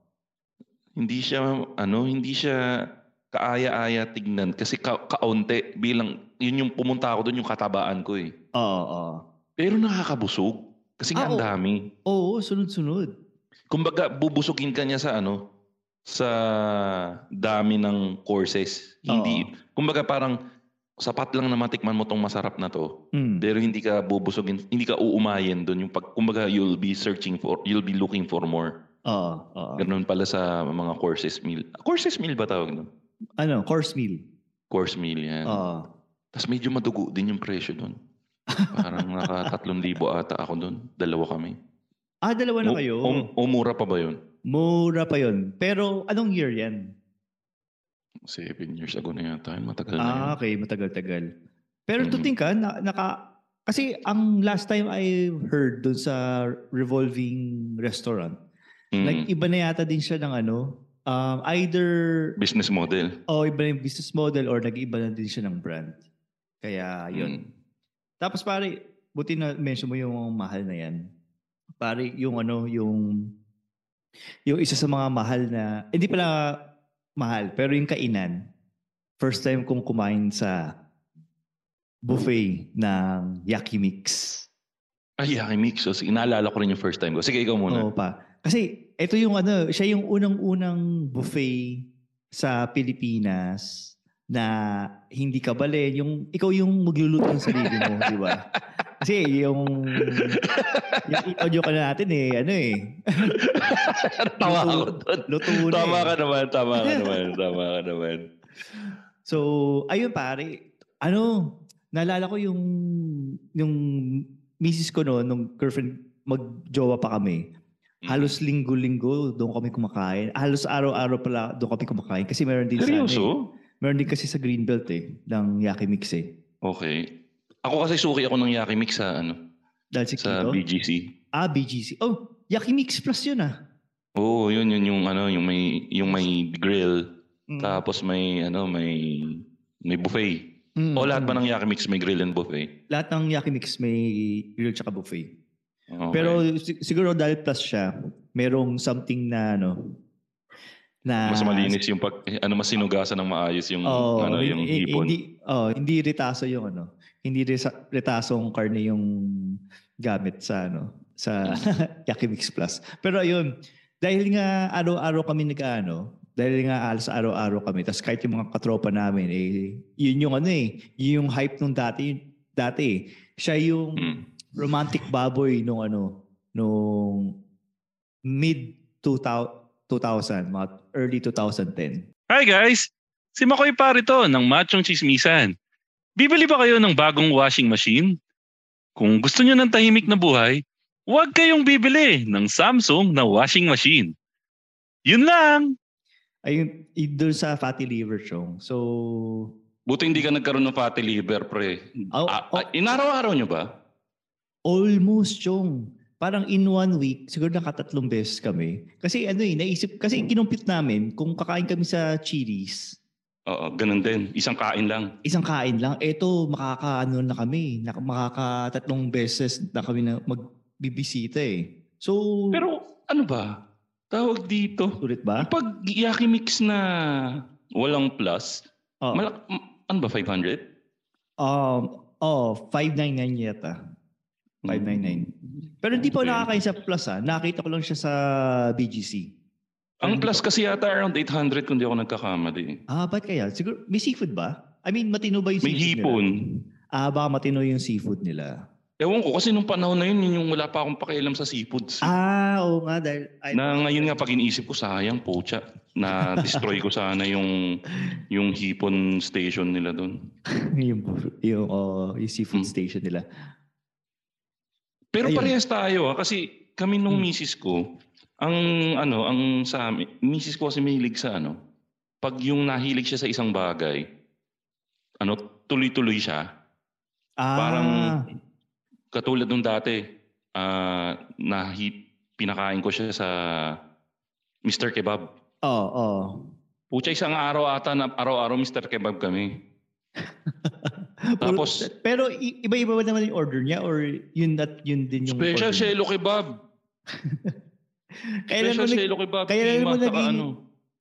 Speaker 3: Hindi siya, ano, hindi siya kaaya-aya tignan kasi ka- kaunti bilang, yun yung pumunta ako doon yung katabaan ko eh.
Speaker 2: Oo. Oo.
Speaker 3: Pero nakakabusog kasi nga
Speaker 2: Ah, oo.
Speaker 3: ang dami.
Speaker 2: Oo, sunod-sunod.
Speaker 3: Kumbaga, bubusugin ka niya sa ano, sa dami ng courses. Hindi, kumbaga parang sapat lang na matikman mo tong masarap na to.
Speaker 2: Mm.
Speaker 3: Pero hindi ka bubusugin, hindi ka uumayin doon. Yung pag, kumbaga, you'll be searching for, you'll be looking for more.
Speaker 2: Oo. oo.
Speaker 3: Ganun pala sa mga courses meal. Courses meal ba tawag nun?
Speaker 2: Ano, course meal.
Speaker 3: Course meal yan.
Speaker 2: Oo.
Speaker 3: Tapos medyo madugo din yung presyo doon. Parang naka 3,000 ata ako doon. Dalawa kami.
Speaker 2: Ah, dalawa na
Speaker 3: Mu-
Speaker 2: kayo.
Speaker 3: O, o mura pa ba yun?
Speaker 2: Mura pa yun. Pero anong year yan?
Speaker 3: Seven years ago na yata. yun. Matagal na yun.
Speaker 2: Ah, okay. Matagal-tagal. Pero
Speaker 3: Mhm.
Speaker 2: to think ka, na, naka... Kasi ang last time I heard dun sa revolving restaurant,
Speaker 3: Mm.
Speaker 2: nag-iba na yata din siya ng ano, um, either
Speaker 3: business model.
Speaker 2: o iba na yung business model or nag-iba na din siya ng brand. Kaya yun. Tapos pare, buti na mention mo yung mahal na yan. Pare, yung ano, yung yung isa sa mga mahal na, hindi pala mahal, pero yung kainan, first time kong kumain sa buffet ng Yakimix.
Speaker 3: Ay, Yaki Mix. So, sige, naalala ko rin yung first time ko. Sige, ikaw muna.
Speaker 2: Oo pa. Kasi ito yung ano, siya yung unang-unang buffet sa Pilipinas na hindi ka bale, yung ikaw yung magluluto ng sarili mo, di ba? Kasi yung yung audio ka na natin eh, ano eh.
Speaker 3: Tawa
Speaker 2: Luto-
Speaker 3: ako doon.
Speaker 2: Luto na
Speaker 3: Tama
Speaker 2: eh.
Speaker 3: ka naman, tama ka naman, tama ka naman.
Speaker 2: So, ayun pare, ano, naalala ko yung yung misis ko noon, nung girlfriend, magjowa pa kami.
Speaker 3: Mm-hmm.
Speaker 2: Halos linggo-linggo doon kami kumakain. Halos araw-araw pala doon kami kumakain kasi meron din sa ano
Speaker 3: Seryoso?
Speaker 2: eh, meron din kasi sa Greenbelt eh ng Yakimix eh.
Speaker 3: Okay. Ako kasi suki ako ng Yaki Mix sa, ano,
Speaker 2: Dahil si
Speaker 3: sa
Speaker 2: Kiko.
Speaker 3: BGC.
Speaker 2: Ah, BGC. Oh, Yakimix Plus yun ah.
Speaker 3: Oo, yun, yun yung ano, yung may yung may grill,
Speaker 2: Mm.
Speaker 3: tapos may ano, may may buffet.
Speaker 2: Mm,
Speaker 3: O
Speaker 2: mm.
Speaker 3: lahat ba ng Yaki Mix may grill and buffet?
Speaker 2: Lahat ng Yakimix may grill tsaka buffet.
Speaker 3: Okay.
Speaker 2: Pero si- siguro dahil plus siya, merong something na ano na
Speaker 3: mas
Speaker 2: ah,
Speaker 3: malinis yung pag ano mas sinugasan ng maayos yung
Speaker 2: Oh,
Speaker 3: ano yung
Speaker 2: hin-
Speaker 3: hipon.
Speaker 2: Hindi, oh, hindi retaso yung ano. Hindi resa- retaso ang karne yung gamit sa ano sa Yakimix Plus. Pero ayun, dahil nga araw-araw kami nag-ano, dahil nga alas araw-araw kami, tas kahit yung mga katropa namin, eh, yun yung ano eh, yun yung hype nung dati, dati eh. Siya yung
Speaker 3: Mm.
Speaker 2: romantic baboy nung ano, nung mid 2000, 2000, mga early 2010.
Speaker 4: Hi guys! Si Makoy Parito ng Machong Chismisan. Bibili ba kayo ng bagong washing machine? Kung gusto nyo ng tahimik na buhay, huwag kayong bibili ng Samsung na washing machine. Yun lang!
Speaker 2: Ayun, y- doon sa fatty liver chong. So,
Speaker 3: Buti hindi ka nagkaroon ng fatty liver, pre.
Speaker 2: Oh,
Speaker 3: Ah,
Speaker 2: oh.
Speaker 3: ah, inaraw-araw nyo ba?
Speaker 2: almost chong. Parang in one week, siguro nakatatlong beses kami. Kasi ano eh, naisip, kasi kinumpit namin, kung kakain kami sa Chili's,
Speaker 3: Oo, ganun din. Isang kain lang.
Speaker 2: isang kain lang, eto makakaano na kami, nak- makakatatlong beses na kami na magbibisita eh. So,
Speaker 3: Pero ano ba? Tawag dito.
Speaker 2: ulit ba?
Speaker 3: Pag yaki mix na walang plus,
Speaker 2: Oh,
Speaker 3: malak- m- ano ba, 500?
Speaker 2: um, oh 599 yata. 599. Pero hindi pa ako
Speaker 3: Mm-hmm. Okay.
Speaker 2: nakakain sa Plus ah. Nakita ko lang siya sa BGC.
Speaker 3: Ang plus kasi yata around 800 kung di ako nagkakamali.
Speaker 2: Ah, ba't kaya? Siguro, may seafood ba? I mean, matino ba yung
Speaker 3: May
Speaker 2: seafood
Speaker 3: hipon.
Speaker 2: nila? Ah, baka matino yung seafood nila.
Speaker 3: Ewan ko kasi nung panahon na yun, yun yung wala pa akong pakialam sa seafoods.
Speaker 2: Ah, oo nga. Dahil, ay,
Speaker 3: Na ngayon nga pag iniisip ko, sayang pocha. Na destroy ko sana yung yung hipon station nila doon.
Speaker 2: yung, yung, oh, yung seafood
Speaker 3: Mm.
Speaker 2: station nila.
Speaker 3: Pero
Speaker 2: Ayun.
Speaker 3: parehas tayo ah, kasi kami nung
Speaker 2: Hmm.
Speaker 3: misis ko, ang ano, ang sa amin, misis ko kasi mahilig sa ano, pag yung nahilig siya sa isang bagay, ano, tuloy-tuloy siya.
Speaker 2: Ah,
Speaker 3: Parang Katulad nung dati, ah nahi, pinakain ko siya sa Mr. Kebab.
Speaker 2: oo, oo.
Speaker 3: Pucha, isang araw ata na araw-araw Mr. Kebab kami. Tapos-
Speaker 2: pero i- iba-iba ba naman yung order niya or yun at yun din yung order niya?
Speaker 3: Special Shelo Kebab.
Speaker 2: Kailan mo,
Speaker 3: Special
Speaker 2: nag-
Speaker 3: Shelo Kebab,
Speaker 2: kailan
Speaker 3: kima,
Speaker 2: mo
Speaker 3: saka
Speaker 2: naging-
Speaker 3: ano.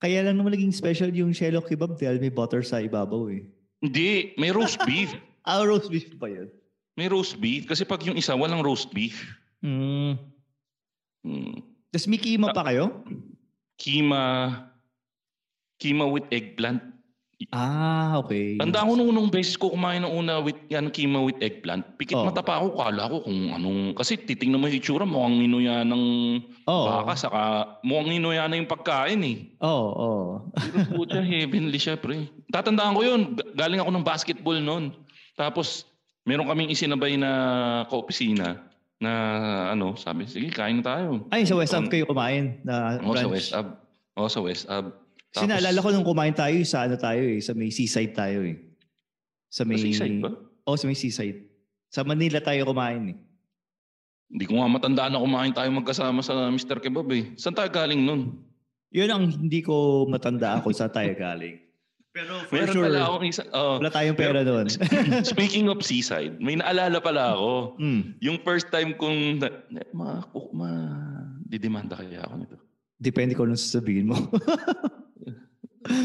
Speaker 2: kaya lang naman naging special yung Shelo Kebab dahil may butter sa ibabaw eh.
Speaker 3: Hindi, may roast beef.
Speaker 2: Ah, roast beef ba yun?
Speaker 3: May roast beef. Kasi pag yung isa, walang roast beef.
Speaker 2: Mm.
Speaker 3: Hmm.
Speaker 2: Tapos may kima pa kayo?
Speaker 3: Kima, kima with eggplant.
Speaker 2: Ah, okay.
Speaker 3: Tanda ko nung unang beses ko kumain ng una with yan, kima with eggplant. Pikit
Speaker 2: Oh.
Speaker 3: mata pa ako, kala ko kung anong... Kasi titingnan mo yung itsura, mukhang inuya ng
Speaker 2: Oo.
Speaker 3: baka, saka mukhang inuya na yung pagkain eh.
Speaker 2: Oo, oo.
Speaker 3: Pero putya, heavenly siya, pre. Tatandaan ko yun. G- Galing ako ng basketball noon. Tapos, meron kaming isinabay na kaopisina na ano, sabi, sige, kain na tayo. Um,
Speaker 2: Ay, sa West Hub
Speaker 3: Ang-
Speaker 2: kayo kumain na
Speaker 3: Oo, sa
Speaker 2: brunch.
Speaker 3: West Ab. Oo, sa West Ab.
Speaker 2: Kasi naalala ko nung kumain tayo, sa ano tayo eh, sa may seaside tayo eh. Sa may...
Speaker 3: Seaside ba?
Speaker 2: Oo, sa may seaside. Sa Manila tayo kumain eh.
Speaker 3: Hindi ko nga matandaan na kumain tayo magkasama sa Mr. Kebab eh. Saan tayo galing nun?
Speaker 2: Yun ang hindi ko matanda ako sa tayo galing. Pero for
Speaker 3: Meron
Speaker 2: sure,
Speaker 3: pala akong isa. oo.
Speaker 2: wala tayong pera doon.
Speaker 3: Pero- Speaking of seaside, may naalala pala ako.
Speaker 2: mm.
Speaker 3: Yung first time kong, na, na, ma, kuk- ma, didemanda kaya ako nito.
Speaker 2: Depende ko nung sasabihin mo.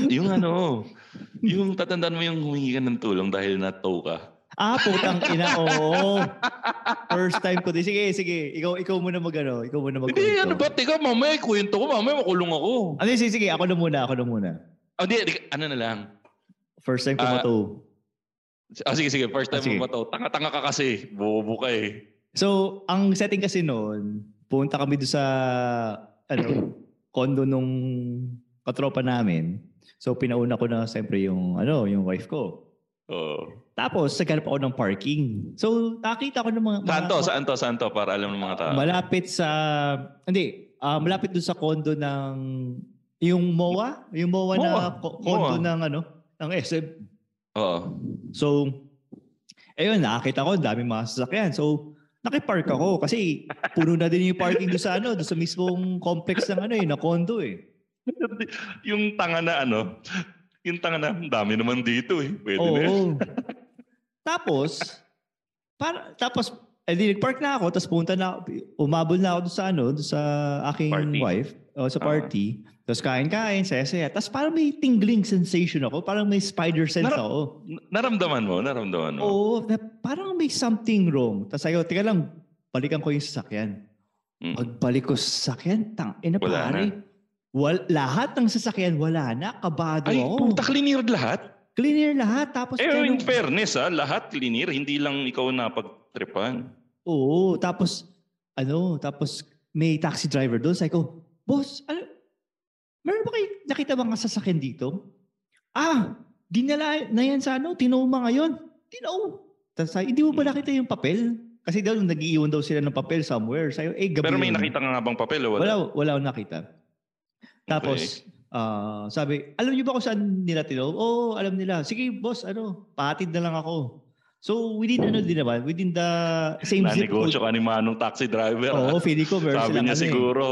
Speaker 3: yung ano, yung tatandaan mo yung humingi ka ng tulong dahil natow ka.
Speaker 2: ah, putang ina, oo. First time ko din. Sige, sige. Ikaw, ikaw muna mag ano. Ikaw muna mag
Speaker 3: Hindi, ano ba? Teka, mamaya kwento ko, mamaya makulong ako.
Speaker 2: Ano, sige, sige. Ako na muna, ako na muna.
Speaker 3: Oh, hindi, hindi, ano na lang.
Speaker 2: First time ko
Speaker 3: Ah,
Speaker 2: mataw.
Speaker 3: Ah, sige, sige, first time
Speaker 2: Ah, sige.
Speaker 3: mo mataw. Tanga-tanga ka kasi, bobo ka eh.
Speaker 2: So, ang setting kasi noon, punta kami doon sa ano, condo nung katropa namin. So, pinauna ko na siyempre yung, ano, yung wife ko.
Speaker 3: Oh.
Speaker 2: Tapos, naghanap ako ng parking. So, nakita ko ng mga... mga-
Speaker 3: Saan to? Saan to? Saan to? Para alam ng mga tao.
Speaker 2: Malapit sa... Hindi, ah, malapit doon sa condo ng... Yung MOA? Yung MOA,
Speaker 3: MOA.
Speaker 2: na co- condo
Speaker 3: MOA.
Speaker 2: ng ano? Ng SM.
Speaker 3: Oo.
Speaker 2: So, ayun, nakakita ko, ang daming mga sasakyan. So, nakipark ako kasi puno na din yung parking doon sa ano, doon sa mismong complex ng ano eh, na condo eh.
Speaker 3: Yung tanga na ano, yung tanga na, "Ang dami naman dito eh. Pwede na yan."
Speaker 2: Oo. tapos, para, tapos, edi nagpark na ako, tapos punta na, umabol na ako doon sa ano, doon sa aking
Speaker 3: Party.
Speaker 2: wife, o sa
Speaker 3: Ah.
Speaker 2: party. Tapos kain-kain, saya-saya. Tapos parang may tingling sensation ako, parang may spider sense
Speaker 3: Nara-
Speaker 2: ako.
Speaker 3: N- Naramdaman mo, naramdaman mo.
Speaker 2: Oo, na parang may something wrong. Tapos ayaw, tika lang, balikan ko yung sasakyan.
Speaker 3: Mm.
Speaker 2: Pagbalik ko sa sasakyan, tang, ina
Speaker 3: Wala
Speaker 2: pare. Wal, lahat ng sasakyan, wala na. Kabado
Speaker 3: Ay,
Speaker 2: ako.
Speaker 3: puta, cleaner lahat.
Speaker 2: Cleaner lahat. Tapos,
Speaker 3: Eh,
Speaker 2: tiyan-
Speaker 3: in fairness ah, lahat cleaner. Hindi lang ikaw napagtripan.
Speaker 2: Oo, tapos, ano, tapos may taxi driver doon. Sabi ko, boss, ano, meron ba kayo, nakita bang sasakyan dito? Ah, dinala na yan sa ano, tinauma ngayon. Tinaw. Tapos sabi, hindi mo
Speaker 3: Hmm.
Speaker 2: ba nakita yung papel? Kasi daw, nag-iiwan daw sila ng papel somewhere. Sabi, ko, eh, gabi.
Speaker 3: Pero may
Speaker 2: yun."
Speaker 3: nakita ka nga bang papel o
Speaker 2: Wala,
Speaker 3: wala?
Speaker 2: wala akong nakita. Tapos, ah, sabi, alam niyo ba kung saan nila tinaw? Oo, oh, alam nila. Sige, boss, ano, pahatid na lang ako. So, within ano din naman, within the same zip code.
Speaker 3: Nanegosyo ka ni Manong taxi driver. ah.
Speaker 2: Oo, feeling ko verse
Speaker 3: Sabi
Speaker 2: lang ano
Speaker 3: niya
Speaker 2: eh.
Speaker 3: siguro,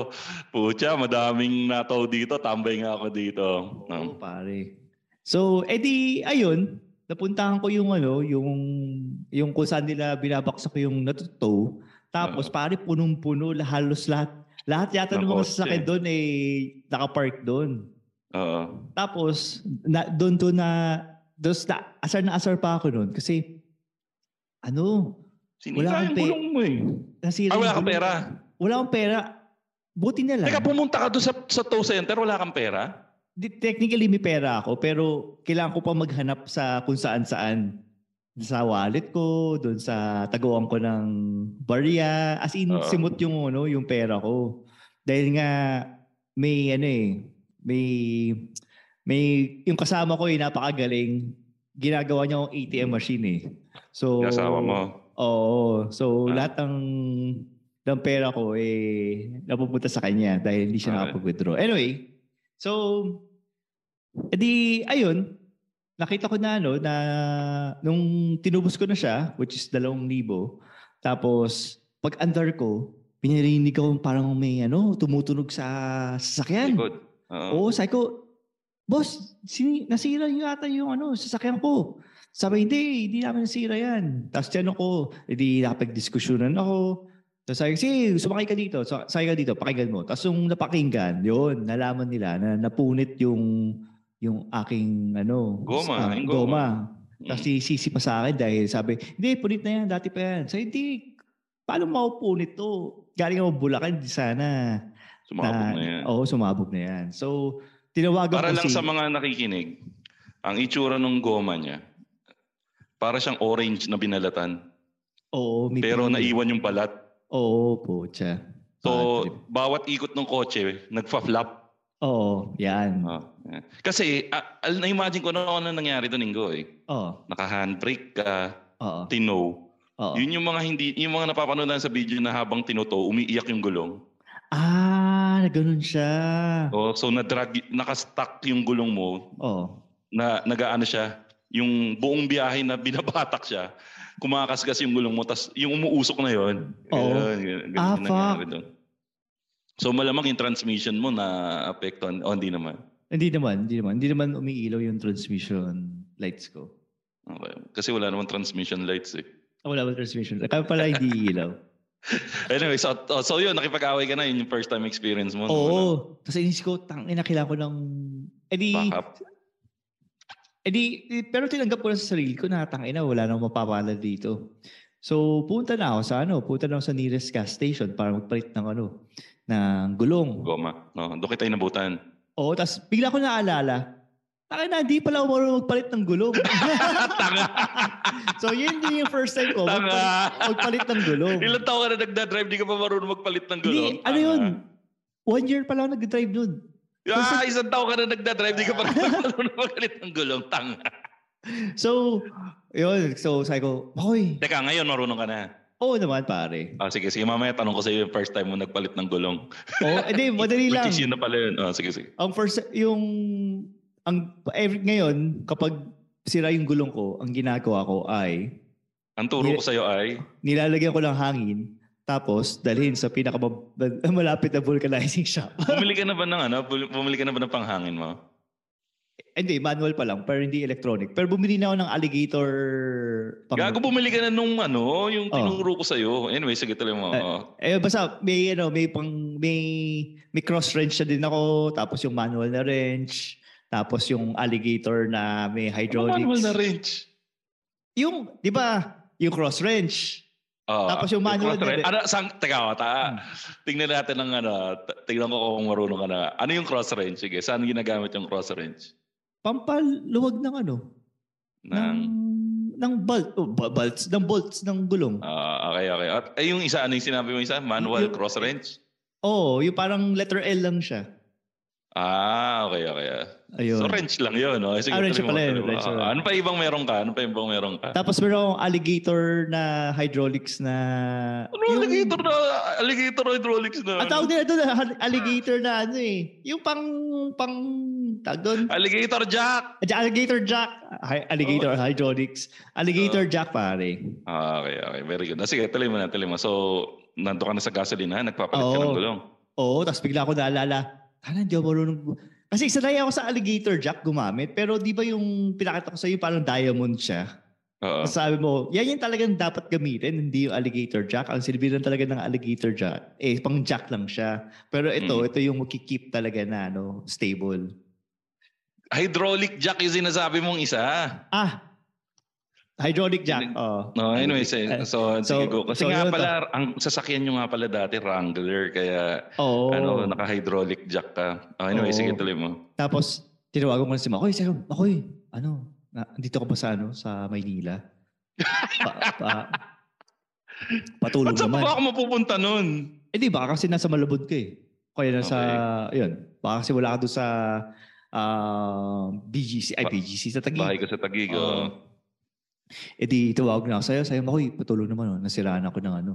Speaker 3: putya, madaming nataw dito, tambay nga ako dito.
Speaker 2: Oo,
Speaker 3: Um,
Speaker 2: pare. So, edi, ayun, napuntahan ko yung ano, yung, yung kung saan nila binabaksak yung natuto. Tapos, pare, punong-puno, lah- halos lahat. Lahat yata ng mga
Speaker 3: Nakotse.
Speaker 2: sasakyan doon ay eh, nakapark doon.
Speaker 3: Ah, Oo.
Speaker 2: Tapos, na, doon to na, doon na, asar na asar pa ako noon. Kasi, ano, Wala
Speaker 3: Sinita
Speaker 2: akong
Speaker 3: yung
Speaker 2: pe-
Speaker 3: gulong mo eh.
Speaker 2: nasira.
Speaker 3: Ah, wala
Speaker 2: yung
Speaker 3: kang
Speaker 2: gulo.
Speaker 3: pera.
Speaker 2: Wala akong pera. Buti na lang.
Speaker 3: Teka, pumunta ka doon sa, sa tow center, wala kang pera?
Speaker 2: Di, technically may pera ako pero kailangan ko pa maghanap sa kung saan saan sa wallet ko, doon sa taguan ko ng barya, as in
Speaker 3: Oo.
Speaker 2: simot yung ano, yung pera ko. Dahil nga may ano eh, may may yung kasama ko eh napakagaling. Ginagawa niya akong ATM machine eh. So
Speaker 3: Kasawa mo.
Speaker 2: Oo. So,
Speaker 3: Ah.
Speaker 2: lahat ng, ng pera ko, eh, napupunta sa kanya dahil hindi siya
Speaker 3: Okay.
Speaker 2: nakapag-withdraw. Anyway, so, edi, ayun, nakita ko na, ano, na, nung tinubos ko na siya, which is dalawang libo, tapos, pag under ko, pinarinig ko parang may, ano, tumutunog sa sasakyan.
Speaker 3: Likod.
Speaker 2: Oo,
Speaker 3: Oo.
Speaker 2: sabi ko, boss, sini, nasira yung ata yung ano, sasakyan ko. Sabi, hindi, hindi namin nasira yan. Tapos tiyan ako, hindi napag-diskusyonan ako. Tapos sabi, sige, sumakay ka dito. Sa- Sakay ka dito, pakinggan mo. Tapos yung napakinggan, yun, nalaman nila na napunit yung yung aking ano
Speaker 3: Goma,
Speaker 2: ah,
Speaker 3: yung
Speaker 2: goma.
Speaker 3: goma. Mm.
Speaker 2: Tapos sisisi pa sa akin dahil sabi, hindi, punit na yan, dati pa yan. Sabi, hindi, paano mapupunit to? Galing ako Bulacan, di sana.
Speaker 3: Sumabog na yan.
Speaker 2: Oo, sumabog na yan. So, tinawagan
Speaker 3: Para
Speaker 2: ko Oh,
Speaker 3: lang
Speaker 2: si...
Speaker 3: sa mga nakikinig, ang itsura ng goma niya, para siyang orange na binalatan.
Speaker 2: Oo, may
Speaker 3: Pero
Speaker 2: pinili.
Speaker 3: naiwan yung balat.
Speaker 2: Oo, po, tsa. Ah,
Speaker 3: So, bawat ikot ng kotse, nagfa-flap.
Speaker 2: Oo, yan.
Speaker 3: Ah, yeah. Kasi, ah, al- na-imagine ko na ano nangyari doon, Ingo, eh.
Speaker 2: Oo,
Speaker 3: Naka-handbrake ka,
Speaker 2: oo,
Speaker 3: tinow.
Speaker 2: oo.
Speaker 3: Yun yung mga hindi, yung mga napapanood na sa video na habang tinuto, umiiyak yung gulong.
Speaker 2: Ah, na ganun siya.
Speaker 3: Oh, so na-drag, nakastack yung gulong mo,
Speaker 2: Oo.
Speaker 3: na nagaano siya, yung buong biyahe na binabatak siya, kumakasgas yung gulong mo, tas yung umuusok na yon.
Speaker 2: Oo. Ah, fuck.
Speaker 3: doon. So malamang yung transmission mo na apektuhan. Oh, hindi naman.
Speaker 2: Hindi naman, hindi naman. Hindi naman umiilaw yung transmission lights ko.
Speaker 3: Okay. Kasi wala naman transmission lights eh.
Speaker 2: Ah, wala ba transmission? Kaya pala hindi ilaw.
Speaker 3: Anyway, so, oh, so yun, nakipag-away ka na, yun yung first time experience mo. no?
Speaker 2: Oo. Tapos inisip ko, tang, kailangan ko ng... Eh di,
Speaker 3: Wala. Backup.
Speaker 2: eh di, eh, pero tinanggap ko na sa sarili ko na tangina, wala nang mapapala dito. So, punta na ako sa ano, punta na ako sa nearest gas station para magpalit ng ano, ng gulong.
Speaker 3: Goma. No, doon kita inabutan.
Speaker 2: Oo, tapos bigla ko naalala, Taka na, di pala ako marunong magpalit ng gulong. so, yun din yung first time ko.
Speaker 3: Tanga.
Speaker 2: Magpalit, magpalit ng gulong.
Speaker 3: Ilang taon ka na nagdadrive, di ka pa marunong magpalit ng gulong.
Speaker 2: Hindi, ano yun? One year pala ako nag-drive nun.
Speaker 3: Ah, isang tao ka na nagdadrive, di ka pa marunong magalit ng gulong. Tanga.
Speaker 2: So, yun. So, sabi ko, Hoy,
Speaker 3: Teka, ngayon marunong ka na.
Speaker 2: oo naman pare.
Speaker 3: Ah, sige, sige. Mamaya tanong ko sa iyo yung first time mo nagpalit ng gulong.
Speaker 2: Oo, hindi, madali lang.
Speaker 3: Which is yun na pala yun. Ah, sige, sige.
Speaker 2: Ang first, yung, ang, every, ngayon, kapag sira yung gulong ko, ang ginagawa ko ay,
Speaker 3: Ang turo
Speaker 2: Hindi.
Speaker 3: ko sa iyo ay,
Speaker 2: nilalagyan ko ng hangin, tapos dalhin sa pinakamab- malapit na vulcanizing shop.
Speaker 3: bumili ka na ba ng ano? Bum- Bumili ka na ba ng panghangin mo?
Speaker 2: Hindi, manual pa lang, pero hindi electronic. Pero bumili na ako ng alligator. pang-
Speaker 3: Gago, bumili ka na nung ano, yung
Speaker 2: Oh.
Speaker 3: tinuro ko sa iyo. Anyway, sige tuloy mo. Oh.
Speaker 2: Eh basta may ano, may pang may may cross wrench na din ako, tapos yung manual na wrench, tapos yung alligator na may
Speaker 3: Ano
Speaker 2: hydraulics.
Speaker 3: manual na wrench?
Speaker 2: Yung, 'di ba? Yung cross wrench.
Speaker 3: Oh,
Speaker 2: Tapos yung manual
Speaker 3: cross
Speaker 2: na
Speaker 3: wrench.
Speaker 2: wrench.
Speaker 3: Ano, sang, teka, oh,
Speaker 2: Hmm.
Speaker 3: ta, tingnan natin ng ano, t- tingnan ko kung marunong ka na. Ano yung cross wrench? Sige, saan ginagamit yung cross wrench?
Speaker 2: Pampaluwag ng ano? Ng
Speaker 3: Ng,
Speaker 2: ng bolt, oh, bu- bolts, ng bolts ng gulong.
Speaker 3: Ah, okay, okay. At eh, yung isa, ano yung sinabi mo isa? Manual
Speaker 2: Yung-
Speaker 3: cross wrench?
Speaker 2: Oo, oh, yung parang letter L lang siya.
Speaker 3: Ah, okay, okay. ah.
Speaker 2: Ayun.
Speaker 3: So wrench lang yun. Oh. Sige,
Speaker 2: Ah, wrench
Speaker 3: tuloy mo,
Speaker 2: pala yun,
Speaker 3: tuloy mo.
Speaker 2: wrench
Speaker 3: Ah,
Speaker 2: pala.
Speaker 3: ano pa ibang meron ka? Ano pa ibang meron ka?
Speaker 2: Tapos meron akong alligator na hydraulics na...
Speaker 3: Ano, alligator na, alligator hydraulics na.
Speaker 2: Ang Ah, tawag
Speaker 3: Ano?
Speaker 2: nila doon, ha- alligator na ano eh. Yung pang, pang, tawag doon,
Speaker 3: Alligator jack!
Speaker 2: alligator jack, Hi- alligator hydraulics, alligator jack pare.
Speaker 3: Ah, okay, okay. Very good. Ah, sige, tuloy mo na, tuloy mo. So, nandun ka na sa gasolina, nagpapalit ka
Speaker 2: Oo.
Speaker 3: ng gulong.
Speaker 2: Oo, tapos bigla ako naalala, ano, hindi ako marunong, gu-" kasi sanay ako sa alligator jack gumamit, pero di ba yung pinakita ko sa'yo parang diamond siya?
Speaker 3: Oo.
Speaker 2: Tapos Sabi mo, yan yung talagang dapat gamitin, hindi yung alligator jack. Ang silbi lang talaga ng alligator jack, eh, pang jack lang siya. Pero ito,
Speaker 3: Mm.
Speaker 2: ito yung makikip talaga na, ano, stable.
Speaker 3: Hydraulic jack yung sinasabi mong isa.
Speaker 2: Ah, hydraulic jack. Oh.
Speaker 3: No, Ano anyway, so,
Speaker 2: Ah,
Speaker 3: so, sige
Speaker 2: so-
Speaker 3: go. Kasi
Speaker 2: so
Speaker 3: nga
Speaker 2: yun to.
Speaker 3: pala, ang sasakyan nyo nga pala dati, Wrangler, kaya
Speaker 2: Oo.
Speaker 3: ano, naka-hydraulic jack ka. Oh, anyway,
Speaker 2: Oo.
Speaker 3: sige, tuloy mo.
Speaker 2: Tapos, tinawagan ko na si Makoy. Sabi ko, Makoy, ano, na, dito ka ba sa, ano, sa Maynila? Pa, pa, patulog
Speaker 3: Ba't saan pa
Speaker 2: naman.
Speaker 3: ba ako mapupunta nun?
Speaker 2: Eh di, baka kasi nasa Malabon ka eh. Kaya nasa, yun, baka kasi wala ka doon sa ah, BGC, ay
Speaker 3: Ba-
Speaker 2: BGC sa Taguig.
Speaker 3: Bahay ko sa Taguig,
Speaker 2: Oo.
Speaker 3: oh.
Speaker 2: Eh di, tawag na ako sa'yo. Sa'yo, Makoy, patulog naman. Oh. Nasiraan ako ng ano,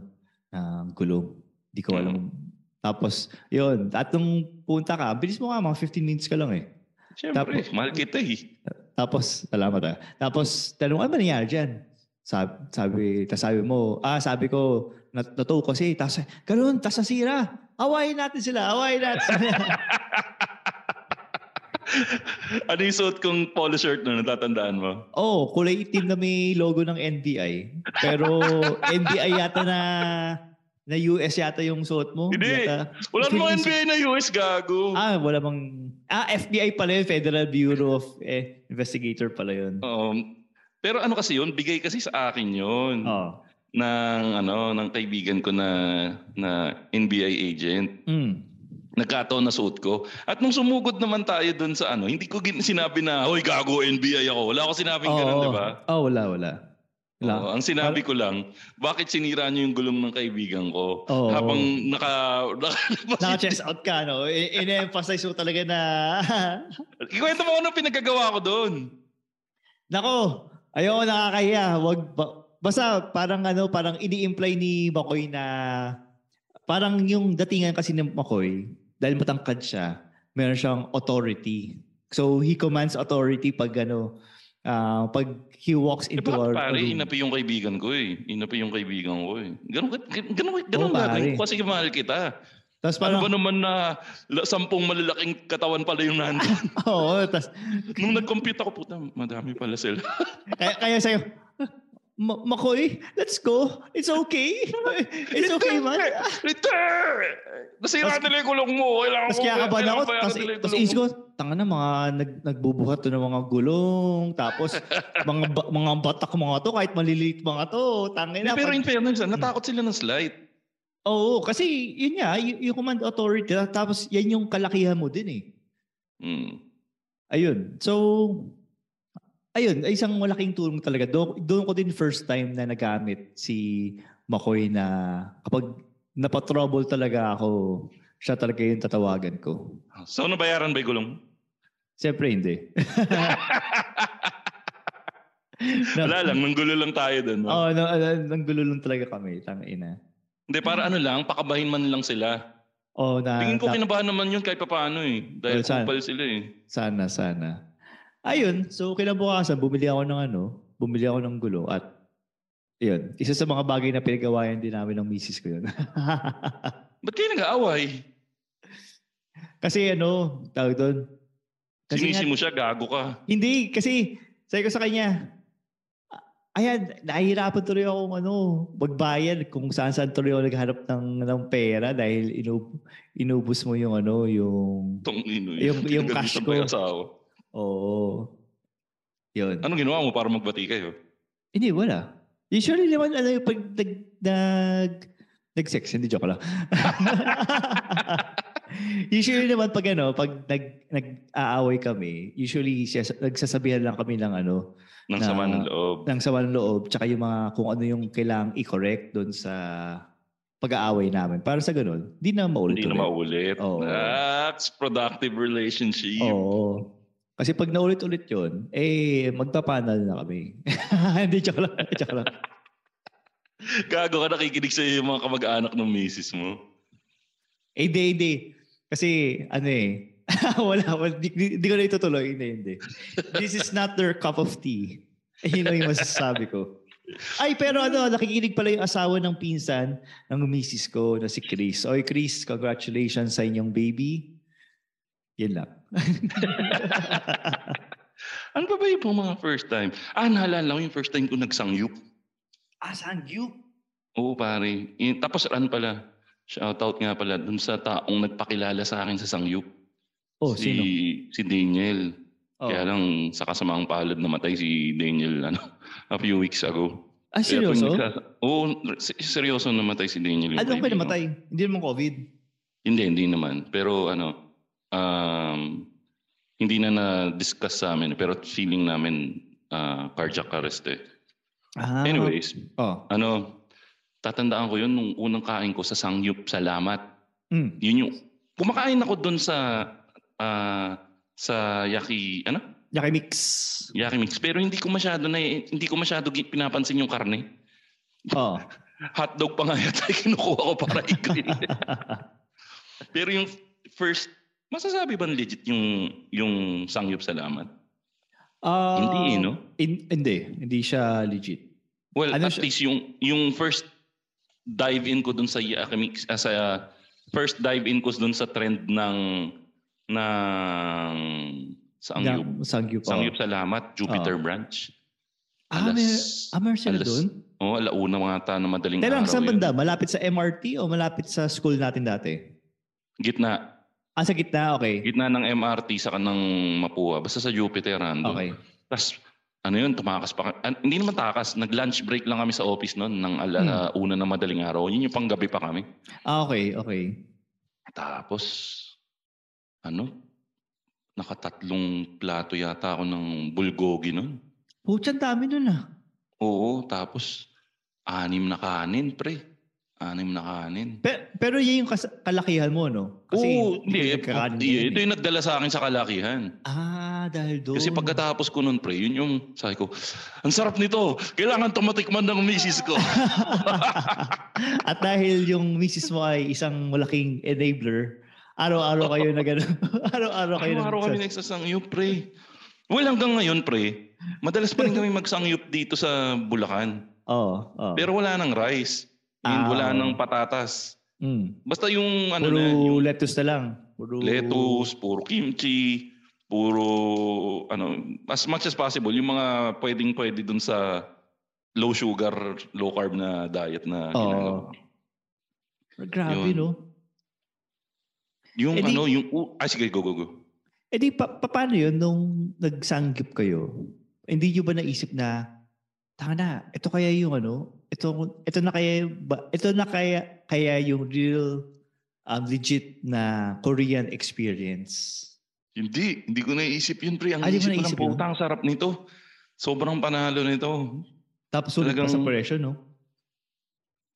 Speaker 2: ng gulong. Di
Speaker 3: Mm.
Speaker 2: ko alam. Tapos, yun. At nung punta ka, bilis mo nga, mga 15 minutes ka lang eh.
Speaker 3: Siyempre,
Speaker 2: Tapos-
Speaker 3: mahal kita eh.
Speaker 2: Tapos, salamat ah. Tapos, tanong, ano ba nangyari dyan? Sabi, sabi, tas sabi mo, ah, sabi ko, nat natuo kasi, tas, ganun, tas nasira. Awayin natin sila, awayin natin sila.
Speaker 3: Ano yung suot kong polo shirt na natatandaan mo?
Speaker 2: Oo, oh, kulay itim na may logo ng NBI. Pero, NBI yata na, Na US yata yung suot mo?
Speaker 3: Hindi.
Speaker 2: Yata.
Speaker 3: Wala
Speaker 2: Gusto
Speaker 3: namang
Speaker 2: ko yung-
Speaker 3: NBA na US, gago.
Speaker 2: Ah, wala mang... Ah, FBI pala yun. Federal Bureau of eh, Investigator pala yun.
Speaker 3: Um, pero ano kasi yun, bigay kasi sa akin yun.
Speaker 2: Oo.
Speaker 3: Ng, ano, ng kaibigan ko na, na NBA agent.
Speaker 2: Mm.
Speaker 3: nagkataon na suot ko. At nung sumugod naman tayo dun sa ano, hindi ko gin- sinabi na, hoy gago, NBA ako. Wala ko sinabing ganun, di ba?
Speaker 2: Oh, wala, wala. Wala.
Speaker 3: Oo, ang sinabi ko lang, bakit sinira niyo yung gulong ng kaibigan ko
Speaker 2: Oo.
Speaker 3: habang naka, nakalabas.
Speaker 2: Naka-chest out ka, no? I- In-emphasize mo talaga na...
Speaker 3: Ikwento mo ano pinagagawa ko doon.
Speaker 2: Nako, ayoko nakakahiya. Wag ba- Basta parang ano, parang ini-imply ni Makoy na... Parang yung datingan kasi ni Makoy, dahil matangkad siya, meron siyang authority. So he commands authority pag ano, ah, pag he walks
Speaker 3: Eh,
Speaker 2: into our
Speaker 3: bakit pare,
Speaker 2: room.
Speaker 3: inapi yung kaibigan ko eh. Inapi yung kaibigan ko eh. Ganun, ka- ganun, ganun,
Speaker 2: Oo, pare.
Speaker 3: gagawin ko kasi mahal kita.
Speaker 2: Tapos
Speaker 3: Ano
Speaker 2: parang,
Speaker 3: ba naman na la- sampung malalaking katawan pala yung nandun?
Speaker 2: oo, tas-
Speaker 3: Nung nag-compute ako, puta, madami pala sila.
Speaker 2: Kaya, kaya sa'yo, "Ma- Makoy, let's go. It's okay. It's okay, man.
Speaker 3: Ito! Nasira
Speaker 2: Tas-
Speaker 3: nila yung gulong mo. oh. Kailangan
Speaker 2: Tapos
Speaker 3: ko-
Speaker 2: kaya kabahan
Speaker 3: kailangan
Speaker 2: ako,
Speaker 3: bayaran
Speaker 2: tapos
Speaker 3: nila yung
Speaker 2: tapos
Speaker 3: gulong
Speaker 2: isip
Speaker 3: mo.
Speaker 2: ko, tanga na mga nag, nagbubuhat to ng mga gulong, tapos mga ba- mga batak mga to, kahit maliliit mga to, tanga
Speaker 3: Hindi,
Speaker 2: na.
Speaker 3: pero
Speaker 2: Pag-
Speaker 3: in fairness, ah, natakot sila ng slight.
Speaker 2: Oo, kasi yun nga, y- yung command authority, tapos yan yung kalakihan mo din eh.
Speaker 3: Mm.
Speaker 2: Ayun. So, ayun, ay isang malaking tulong talaga. Do, doon ko din first time na nagamit si Makoy na kapag napatrouble talaga ako, siya talaga yung tatawagan ko.
Speaker 3: So, nabayaran ba yung gulong?
Speaker 2: Siyempre hindi.
Speaker 3: Wala lang, nanggulo lang tayo doon.
Speaker 2: Oo, oh, no, no, nanggulo lang talaga kami. Tang ina.
Speaker 3: Hindi, para ano lang, pakabahin man lang sila.
Speaker 2: Oo, Oh, na,
Speaker 3: Tingin ko
Speaker 2: na-
Speaker 3: kinabahan naman yun kahit papaano eh. Dahil
Speaker 2: Ah, Well, saan?
Speaker 3: kumpal sila eh.
Speaker 2: sana, sana. Ayun, so kinabukasan, bumili ako ng ano, bumili ako ng gulo at yun, isa sa mga bagay na pinagawayan din namin ng misis ko yun.
Speaker 3: Ba't kayo nag-aaway?
Speaker 2: Kasi ano, tawag doon. Kasi
Speaker 3: Sinisi
Speaker 2: nga-
Speaker 3: mo siya, gago ka.
Speaker 2: Hindi, kasi sabi ko sa kanya, "Ah, ayan, nahihirapan tuloy akong ano, magbayad kung saan saan tuloy ako naghanap ng, ng pera dahil inub, inubos mo yung ano, yung,
Speaker 3: Tong ino. eh.
Speaker 2: Yung- yung cash ko. oo, yun.
Speaker 3: Ano ginawa mo para magbati kayo?
Speaker 2: Hindi, wala. Usually naman, ano yung pag nag, nag, nag-sex, hindi joke lang. usually naman pag ano, pag nag, nag-aaway kami, usually siya, nagsasabihan lang kami ng ano,
Speaker 3: Nang
Speaker 2: Na-
Speaker 3: sama ng loob.
Speaker 2: ng sama ng loob, tsaka yung mga kung ano yung kailangang i-correct doon sa pag-aaway namin. Para sa ganun, di na maulit.
Speaker 3: Hindi na
Speaker 2: ulit.
Speaker 3: maulit.
Speaker 2: Oo.
Speaker 3: That's productive relationship.
Speaker 2: Oh. Oo. Kasi pag naulit-ulit yun, eh, magpapanal na kami. Hindi, joke lang. Joke lang.
Speaker 3: Gago ka nakikinig sa yung mga kamag-anak ng misis mo.
Speaker 2: Eh, hindi, hindi. Kasi, ano eh, wala, wala di, di, di ko na itutuloy. Hindi, hindi. This is not their cup of tea. Eh, Yun lang yung masasabi ko. Ay, pero ano, nakikinig pala yung asawa ng pinsan ng misis ko na si Chris. Oy, Chris, congratulations sa inyong baby. Yun lang.
Speaker 3: Ano pa ba yung pang mga first time? Ah, naalala ko yung first time ko nagsangyup.
Speaker 2: ah, sangyup.
Speaker 3: Oo, pare. Yun- tapos ano pala, shoutout nga pala dun sa taong nagpakilala sa akin sa sangyup.
Speaker 2: Oh,
Speaker 3: si,
Speaker 2: sino?
Speaker 3: Si Daniel.
Speaker 2: Oh.
Speaker 3: Kaya lang, sa kasamaang palad namatay si Daniel ano, a few weeks ago.
Speaker 2: Ah,
Speaker 3: Kaya tuwing
Speaker 2: seryoso? Ah,
Speaker 3: nagsasa- Oo, se- seryoso namatay si Daniel. yung
Speaker 2: Anong
Speaker 3: kaibigan ko.
Speaker 2: pinamatay? Hindi naman COVID.
Speaker 3: Hindi, hindi naman. Pero ano, um, hindi na na-discuss sa amin. Pero feeling namin ah, cardiac arrest eh.
Speaker 2: Ah,
Speaker 3: Anyways,
Speaker 2: Oh.
Speaker 3: ano, tatandaan ko yun nung unang kain ko sa Sangyup Salamat.
Speaker 2: Mm.
Speaker 3: Yun yung, kumakain ako doon sa, ah, sa Yaki, ano?
Speaker 2: Yakimix.
Speaker 3: Yaki Mix. Pero hindi ko masyado na, hindi ko masyado gi- pinapansin yung karne.
Speaker 2: Oh.
Speaker 3: Hotdog pa nga yata yung kinukuha ko para i-grill. Pero yung first, masasabi ba legit yung, yung Sangyup Salamat?
Speaker 2: Ah,
Speaker 3: Hindi eh, no?
Speaker 2: hin- hindi. Hindi siya legit.
Speaker 3: Well,
Speaker 2: Ano
Speaker 3: at
Speaker 2: siya?
Speaker 3: least yung yung first dive in ko dun sa Yakimix ah, sa first dive in ko dun sa trend ng ng Sangyup.
Speaker 2: Sangyup. Sangyup.
Speaker 3: Sangyup Salamat, Jupiter Branch.
Speaker 2: Ah, may, ah, meron sila
Speaker 3: alas-
Speaker 2: doon?
Speaker 3: Oo, oh, alauna mga ta na madaling
Speaker 2: Teka lang,
Speaker 3: araw
Speaker 2: saan
Speaker 3: yun.
Speaker 2: banda? Malapit sa MRT o malapit sa school natin dati?
Speaker 3: Gitna.
Speaker 2: Ah, sa gitna, okay.
Speaker 3: Gitna ng MRT sa kanang Mapua. Basta sa Jupiter, random.
Speaker 2: Okay.
Speaker 3: Tapos, ano yun, tumakas pa. ka- an- hindi naman takas. Nag-lunch break lang kami sa office noon ng
Speaker 2: Hmm.
Speaker 3: ala, ah, una na madaling araw. Yun yung panggabi pa kami.
Speaker 2: Ah, okay, okay.
Speaker 3: Tapos, ano, nakatatlong plato yata ako ng bulgogi noon.
Speaker 2: Putsa, ang dami nun ah.
Speaker 3: Oo, tapos, anim na kanin, pre. Anim na kanin.
Speaker 2: Pero, pero yun yung kas- kalakihan mo, no? Kasi
Speaker 3: Oo, hindi.
Speaker 2: ka nagkakaroon
Speaker 3: eh,
Speaker 2: ngayon,
Speaker 3: Ito
Speaker 2: eh.
Speaker 3: yung nagdala sa akin sa kalakihan.
Speaker 2: Ah, dahil doon.
Speaker 3: Kasi pagkatapos ko nun, pre, yun yung sabi ko, ang sarap nito. Kailangan tumatikman ng misis ko.
Speaker 2: At dahil yung misis mo ay isang malaking enabler, araw-araw kayo na gano'n. araw-araw kayo na
Speaker 3: Araw-araw kami nagsasangyup, pre. Well, hanggang ngayon, pre, madalas pa rin kami magsangyup dito sa Bulacan.
Speaker 2: Oo, oo.
Speaker 3: Pero wala nang rice.
Speaker 2: Ah,
Speaker 3: And wala
Speaker 2: oo.
Speaker 3: nang patatas.
Speaker 2: Mm.
Speaker 3: Basta yung ano
Speaker 2: Puro
Speaker 3: na, yung
Speaker 2: lettuce na lang. Puro...
Speaker 3: lettuce, puro kimchi, puro ano, as much as possible, yung mga pwedeng pwede dun sa low sugar, low carb na diet na
Speaker 2: Oo.
Speaker 3: ginagawa.
Speaker 2: Grabe,
Speaker 3: Yun.
Speaker 2: no?
Speaker 3: Yung
Speaker 2: Eh di-
Speaker 3: ano, yung... u- Ay, sige, go, go, go.
Speaker 2: E di, pa- pa- paano yun nung nagsanggip kayo? Hindi nyo ba naisip na, tanga na, ito kaya yung ano, ito, ito na kaya, ba, ito na kaya, kaya yung real, um, legit na Korean experience?
Speaker 3: Hindi, hindi ko naisip yun, pre. Ang
Speaker 2: Ah, di mo
Speaker 3: isip ko lang,
Speaker 2: naisip yun?
Speaker 3: puta, ang sarap nito. Sobrang panalo nito.
Speaker 2: Tapos ulit pa
Speaker 3: Talagang-
Speaker 2: sa presyo, no?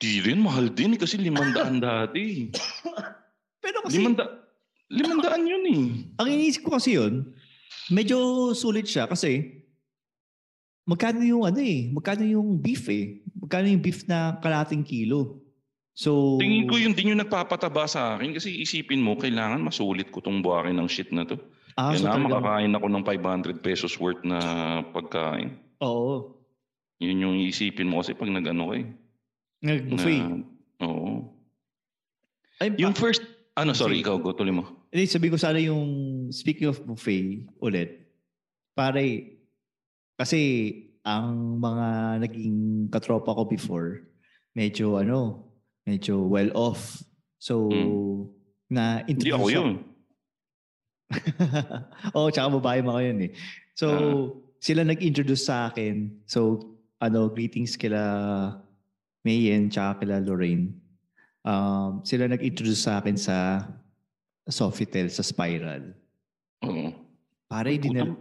Speaker 3: Di rin, mahal din eh, kasi limandaan dati.
Speaker 2: Pero kasi,
Speaker 3: Limanda, limandaan yun eh.
Speaker 2: ang iniisip ko kasi yun, medyo sulit siya kasi, magkano yung ano eh, magkano yung beef eh, magkano yung beef na kalating kilo. So,
Speaker 3: Tingin ko yun din yung nagpapataba sa akin kasi isipin mo, kailangan masulit ko tong buhakin ng shit na to.
Speaker 2: ah, so
Speaker 3: kailangan
Speaker 2: talagang-
Speaker 3: makakain ako ng 500 pesos worth na pagkain.
Speaker 2: Oo.
Speaker 3: Yun yung isipin mo kasi pag nag-ano ka eh.
Speaker 2: Nag-buffet.
Speaker 3: Na- oo.
Speaker 2: Ay,
Speaker 3: Yung
Speaker 2: yung,
Speaker 3: first, ano, sorry,
Speaker 2: Sige.
Speaker 3: ikaw, go, tuloy mo.
Speaker 2: hindi, sabi ko sana yung speaking of buffet ulit, pare, kasi ang mga naging katropa ko before, medyo ano, medyo well off. So,
Speaker 3: Hmm.
Speaker 2: na
Speaker 3: Hindi ako yun.
Speaker 2: Oo, oh, tsaka babae mga yun eh. So,
Speaker 3: Ah.
Speaker 2: sila nag-introduce sa akin. So, ano, greetings kila Mayen tsaka kila Lorraine. Um, sila nag-introduce sa akin sa Sofitel, sa Spiral.
Speaker 3: Oo.
Speaker 2: Para hindi na...
Speaker 3: Putang-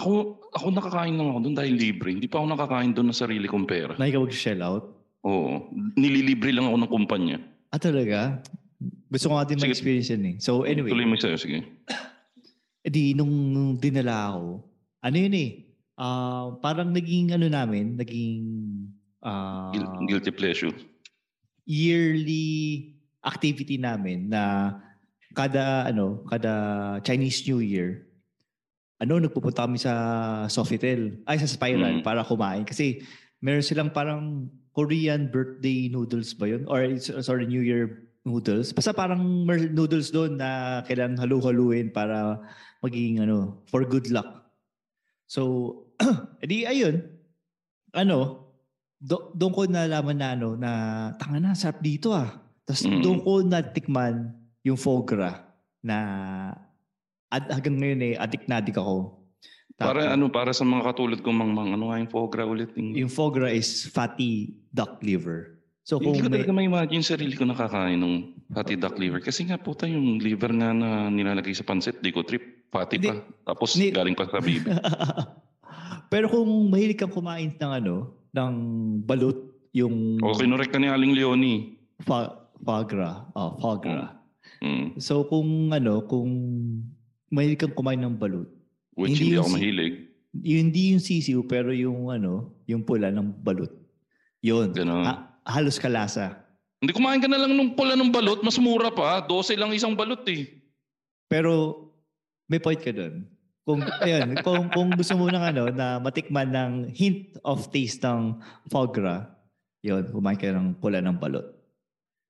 Speaker 3: Ako, ako nakakain lang ako doon dahil libre. Hindi pa ako nakakain doon na sarili kong pera.
Speaker 2: Nakikaw mag-shell out.
Speaker 3: Oo. Nililibre lang ako ng kumpanya.
Speaker 2: Ah, talaga? Gusto ko nga din
Speaker 3: Sige.
Speaker 2: ma-experience yun eh. So, anyway.
Speaker 3: Tuloy mo sa'yo, sige.
Speaker 2: Eh di nung, nung dinala ako, ano yun eh, ah, parang naging ano namin, naging ah,
Speaker 3: Guil- guilty pleasure.
Speaker 2: yearly activity namin na kada ano, kada Chinese New Year, ano, nagpupunta kami sa Sofitel, ay sa Spiral
Speaker 3: Mm.
Speaker 2: para kumain. Kasi meron silang parang Korean birthday noodles ba yun? Or it's- sorry, New Year noodles. Basta parang mer- noodles doon na kailangan halu-haluin para maging ano, for good luck. So, edi ayun. Ano, do- doon ko nalaman na ano, na tanga na, sarap dito ah. Tapos
Speaker 3: Mm.
Speaker 2: doon ko natikman yung foie gras na ad, hanggang ngayon eh, adik na adik ako.
Speaker 3: Para
Speaker 2: Tapos,
Speaker 3: ano, para sa mga katulad kong mga, mga ano nga yung fogra ulit. Yung,
Speaker 2: Yung foie gras is fatty duck liver. So kung
Speaker 3: hindi ko
Speaker 2: may,
Speaker 3: talaga ma-imagine yung sarili ko nakakain ng fatty duck liver. Kasi nga puta yung liver nga na nilalagay sa pancit, di ko trip. Fatty
Speaker 2: Hindi.
Speaker 3: pa. Tapos
Speaker 2: Hindi.
Speaker 3: galing pa sa bibig.
Speaker 2: Pero kung mahilig kang kumain ng ano, ng balut, yung
Speaker 3: o kinorek ka ni Aling Leonie.
Speaker 2: fa- foie gras. Oh, foie gras.
Speaker 3: Mm.
Speaker 2: So kung ano, kung mahilig kang kumain ng balut,
Speaker 3: Which
Speaker 2: Hindi
Speaker 3: hindi,
Speaker 2: yung
Speaker 3: ako
Speaker 2: si-
Speaker 3: mahilig.
Speaker 2: yun hindi yung sisiw pero yung ano, yung pula ng balut. Yun.
Speaker 3: Ganun.
Speaker 2: Ha- halos kalasa.
Speaker 3: Hindi kumain ka na lang nung pula ng balot, mas mura pa. 12 lang isang balot eh.
Speaker 2: Pero may point ka doon. Kung ayun, kung kung gusto mo ng ano na matikman ng hint of taste ng foie gras, yun, kumain ka ng pula ng balot.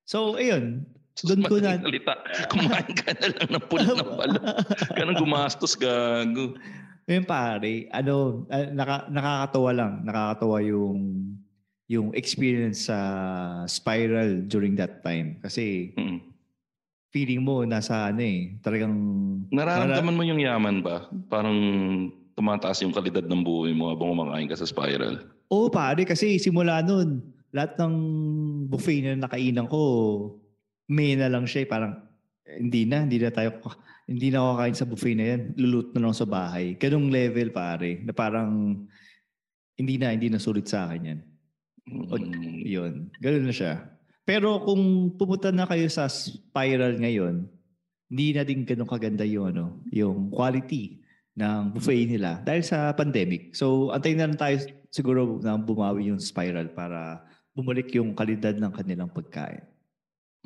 Speaker 2: So, ayun. Doon ko na,
Speaker 3: Madaling Salita. Kumain ka na lang ng pula ng balot. Ganang gumastos, gago.
Speaker 2: Yung pare, ano, ah, naka, nakakatawa lang. Nakakatawa yung yung experience sa spiral during that time. Kasi
Speaker 3: Mm.
Speaker 2: feeling mo nasa ano eh, talagang
Speaker 3: Nararamdaman mo yung yaman ba? Parang tumataas yung kalidad ng buhay mo habang kumakain ka sa spiral.
Speaker 2: Oo oh, pare, kasi simula nun, lahat ng buffet na nakainan ko, may na lang siya eh. Parang, eh, hindi na, hindi na tayo, hindi na ako kakain sa buffet na yan. Lulut na lang sa bahay. Ganong level pare, na parang, hindi na, hindi na sulit sa akin yan. O,
Speaker 3: Mm.
Speaker 2: Yun, ganun na siya. Pero kung pumunta na kayo sa spiral ngayon, hindi na din ganun kaganda yung, ano, yung quality ng buffet nila dahil sa pandemic. So, antayin na lang tayo siguro na bumawi yung spiral para bumalik yung kalidad ng kanilang pagkain.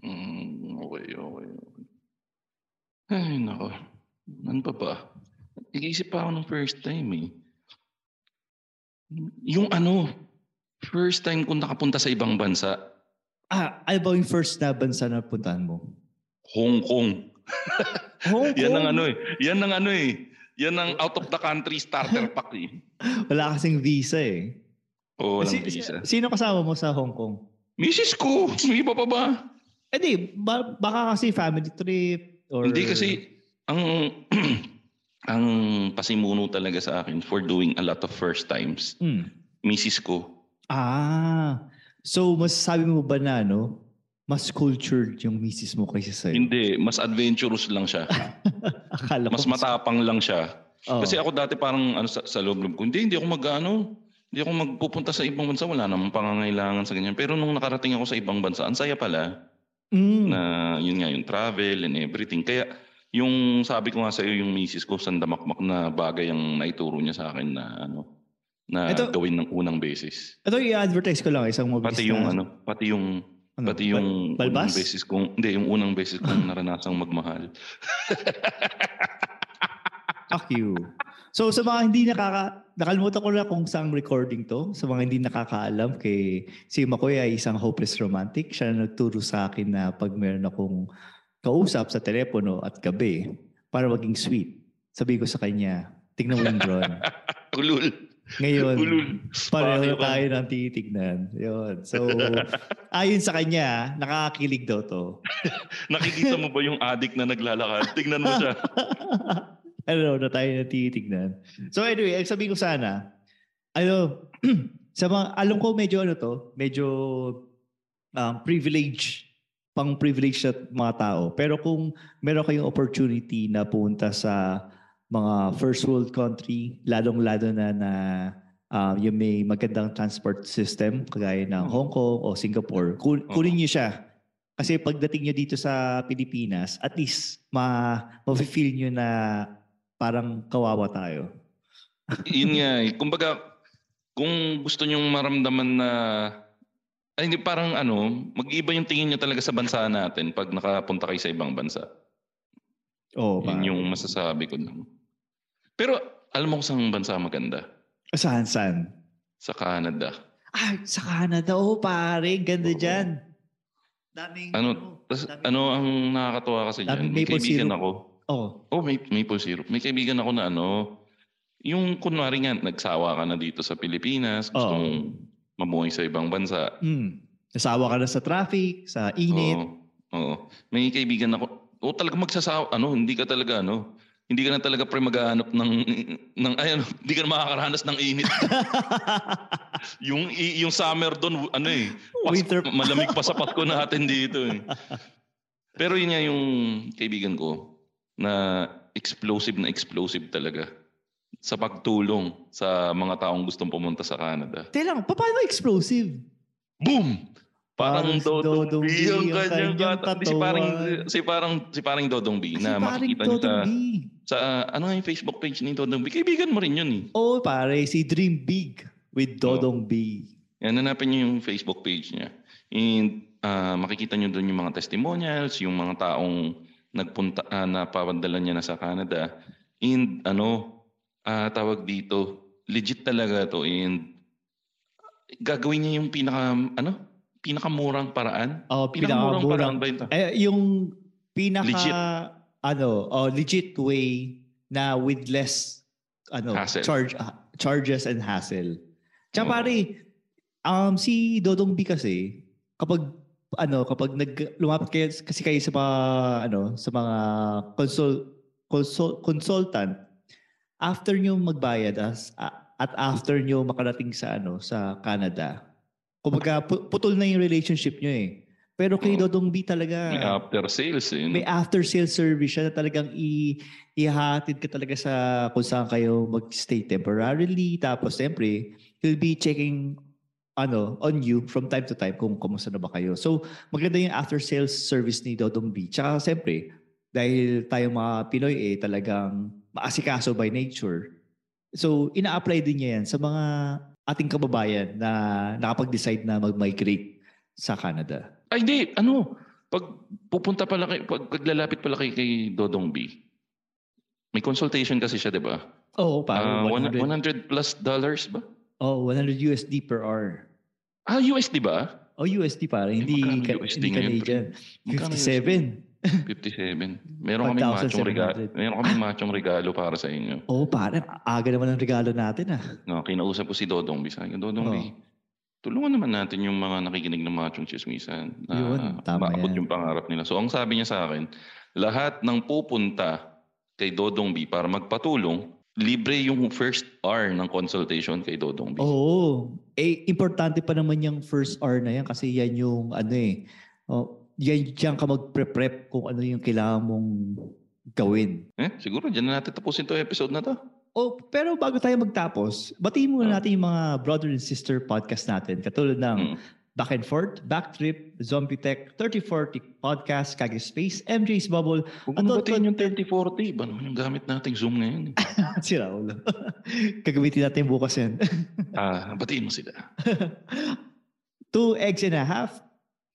Speaker 3: Mm, okay, okay, okay. Ay, nako. Ano pa ba? Nag-iisip pa ako ng first time eh. Yung ano, first time kung nakapunta sa ibang bansa,
Speaker 2: Ah, ano ba yung first na bansa na puntahan mo?
Speaker 3: Hong Kong.
Speaker 2: Hong Kong.
Speaker 3: Yan ang ano eh. Yan ang ano eh. Yan ang out of the country starter pack eh.
Speaker 2: Wala kasing visa eh.
Speaker 3: Oo,
Speaker 2: Si-
Speaker 3: walang visa.
Speaker 2: Sino kasama mo sa Hong Kong?
Speaker 3: Misis ko, may iba pa ba?
Speaker 2: Eh di, ba- baka kasi family trip or...
Speaker 3: Hindi kasi ang ang pasimuno talaga sa akin for doing a lot of first times.
Speaker 2: Hmm.
Speaker 3: Misis ko,
Speaker 2: Ah. So, masasabi mo ba na, no? Mas cultured yung misis mo kaysa sa'yo?
Speaker 3: Hindi, mas adventurous lang siya.
Speaker 2: Akala
Speaker 3: Mas
Speaker 2: ko.
Speaker 3: matapang lang siya.
Speaker 2: Oo.
Speaker 3: Kasi ako dati parang ano sa, sa loob loob ko, hindi, hindi ako mag-ano, hindi ako magpupunta sa ibang bansa, wala namang pangangailangan sa ganyan. Pero nung nakarating ako sa ibang bansa, ang saya pala
Speaker 2: Mm.
Speaker 3: na yun nga yung travel and everything. Kaya yung sabi ko nga sa iyo, yung misis ko, sandamakmak na bagay ang naituro niya sa akin na ano, na
Speaker 2: Ito-
Speaker 3: gawin ng unang beses.
Speaker 2: Ito, i-advertise ko lang isang mabilis na-
Speaker 3: Pati yung ano, pati yung
Speaker 2: Ano?
Speaker 3: Pati yung
Speaker 2: Bal-
Speaker 3: unang
Speaker 2: balbas?
Speaker 3: beses kong, hindi, yung unang beses kong naranasang magmahal.
Speaker 2: Fuck you. So, sa mga hindi nakaka... Nakalimutan ko na kung saan recording to. Sa mga hindi nakakaalam, kay si Makoy ay isang hopeless romantic. Siya na nagturo sa akin na pag meron akong kausap sa telepono at gabi, para maging sweet, sabi ko sa kanya, tignan mo yung drone.
Speaker 3: Ulul.
Speaker 2: Ngayon,
Speaker 3: Ulul.
Speaker 2: Pareho
Speaker 3: Bakit ba?
Speaker 2: tayo ng titignan. Yun. So, ayon sa kanya, nakakakilig daw to.
Speaker 3: Nakikita mo ba yung addict na naglalakad? Tignan mo siya.
Speaker 2: ano, na tayo na titignan. So anyway, ang sabi ko sana, ano, sa mga, alam ko medyo ano to, medyo um, privilege, pang privilege na mga tao. Pero kung meron kayong opportunity na pumunta sa mga first world country, lalong-lalo na na um, yung may magandang transport system, kagaya ng Hong Kong o Singapore, kun- kunin niyo siya. Kasi pagdating nyo dito sa Pilipinas, at least ma mafe-feel nyo na parang kawawa tayo.
Speaker 3: Yun nga eh. Kumbaga, kung gusto nyong maramdaman na, ay hindi, parang ano, mag-iba yung tingin nyo talaga sa bansa natin pag nakapunta kayo sa ibang bansa.
Speaker 2: Oo, parang.
Speaker 3: Yun yung masasabi ko lang. Pero alam mo kung saan bansa maganda?
Speaker 2: Saan, saan?
Speaker 3: Sa Canada.
Speaker 2: Ah, sa Canada. Oo, pare. Ganda
Speaker 3: Oo.
Speaker 2: dyan. Daming,
Speaker 3: Ano, tas,
Speaker 2: daming-
Speaker 3: ano ang nakakatuwa kasi
Speaker 2: Daming
Speaker 3: dyan? May
Speaker 2: maple
Speaker 3: kaibigan
Speaker 2: syrup.
Speaker 3: ako.
Speaker 2: Oo.
Speaker 3: Oh, may maple syrup. May kaibigan ako na ano, yung kunwari nga, nagsawa ka na dito sa Pilipinas, gusto
Speaker 2: Oo.
Speaker 3: mong mamuhay sa ibang bansa,
Speaker 2: Mm. Nasawa ka na sa traffic, sa init.
Speaker 3: Oo. Oo. May kaibigan ako. O talaga magsasawa. Ano, hindi ka talaga ano. Hindi ka na talaga pre maghahanap ng, ng ay, ano, hindi ka na makakaranas ng init. yung, i- yung summer doon, ano eh. pas-
Speaker 2: Winter.
Speaker 3: Malamig pa sa Pasko natin dito eh. Pero yun nga yung kaibigan ko na explosive na explosive talaga sa pagtulong sa mga taong gustong pumunta sa Canada.
Speaker 2: Teka lang, pa- paano explosive?
Speaker 3: Boom! Parang Dodong B ang kanyang katawan. Si parang,
Speaker 2: katawan.
Speaker 3: si parang, si parang Dodong B
Speaker 2: si paring
Speaker 3: na makikita niyo sa,
Speaker 2: Dodong B.
Speaker 3: sa ah, ano nga yung Facebook page ni Dodong B. Kaibigan mo rin yun eh.
Speaker 2: Oo, pare. Si Dream Big with Dodong B.
Speaker 3: Yan, hanapin niyo yung Facebook page niya. And ah, makikita niyo doon yung mga testimonials, yung mga taong nagpunta, ah, napapadala niya na sa Canada. And ano, ah, tawag dito, legit talaga to. And gagawin niya yung pinaka, ano, pinakamurang paraan.
Speaker 2: Oh,
Speaker 3: Pinakamurang
Speaker 2: pinakamurang
Speaker 3: paraan ba yun?
Speaker 2: Eh, yung pinaka
Speaker 3: ah. Legit.
Speaker 2: ano, oh, legit way na with less ano,
Speaker 3: Hassle. Mm.
Speaker 2: charge ah, charges and hassle. Tsaka
Speaker 3: Oo.
Speaker 2: pare, Um, si Dodong B kasi, kapag ano, kapag nag, lumapit kayo, kasi kayo sa mga, ano, sa mga consult, consult, consultant, after nyo magbayad as, a- at after nyo makarating sa, ano, sa Canada, kumbaga, pu- putol na yung relationship nyo eh. Pero kay Dodong B talaga,
Speaker 3: May after sales eh. no?
Speaker 2: may after sales service siya na talagang i ihatid ka talaga sa kung saan kayo magstay temporarily tapos siyempre he'll be checking ano on you from time to time kung kumusta na ba kayo. So maganda yung after sales service ni Dodong B. Tsaka siyempre dahil tayo mga Pinoy eh talagang maasikaso by nature. So ina-apply din niya yan sa mga ating kababayan na nakapag-decide na mag-migrate sa Canada.
Speaker 3: Ay, di. Ano? Pag pupunta pala kay, pag, paglalapit pala kay, kay Dodong B, may consultation kasi siya, di ba?
Speaker 2: Oo,
Speaker 3: Ah,
Speaker 2: parang
Speaker 3: one-
Speaker 2: 100.
Speaker 3: 100 plus dollars ba?
Speaker 2: Oh, 100 USD per hour.
Speaker 3: Ah, USD ba?
Speaker 2: Oh, USD para. Hindi, ka-
Speaker 3: magkano USD
Speaker 2: hindi
Speaker 3: ngayon,
Speaker 2: Canadian.
Speaker 3: Magkano
Speaker 2: 57.
Speaker 3: 57. Meron kaming machong regalo.
Speaker 2: 1,700.
Speaker 3: Meron kaming machong regalo para sa inyo.
Speaker 2: Oo, oh, para. Aga naman ang regalo natin ah.
Speaker 3: No, kinausap ko si Dodong B. Sabi ko, Dodong B,
Speaker 2: Oo.
Speaker 3: tulungan naman natin yung mga nakikinig ng machong chismisan na
Speaker 2: Yun, tama
Speaker 3: maabot
Speaker 2: yan.
Speaker 3: yung pangarap nila. So ang sabi niya sa akin, lahat ng pupunta kay Dodong B para magpatulong, libre yung first hour ng consultation kay Dodong B.
Speaker 2: Oo. Eh, importante pa naman yung first hour na yan kasi yan yung ano eh. Oh, yan diyan ka magpre-prep kung ano yung kailangan mong gawin.
Speaker 3: Eh, siguro dyan na natin tapusin to episode na to.
Speaker 2: Oh, pero bago tayo magtapos, batiin
Speaker 3: Ah.
Speaker 2: muna natin yung mga brother and sister podcast natin. Katulad ng
Speaker 3: Mm.
Speaker 2: Back and Forth, Backtrip, Zombie Tech, 3040 Podcast, Kage Space, MJ's Bubble,
Speaker 3: Huwag
Speaker 2: Ano,
Speaker 3: mo batiin yung
Speaker 2: content?
Speaker 3: 3040. Ba naman yung gamit nating Zoom ngayon? eh?
Speaker 2: at si Raul. Kagamitin natin bukas yan.
Speaker 3: Ah, batiin mo sila.
Speaker 2: Two Eggs and a Half,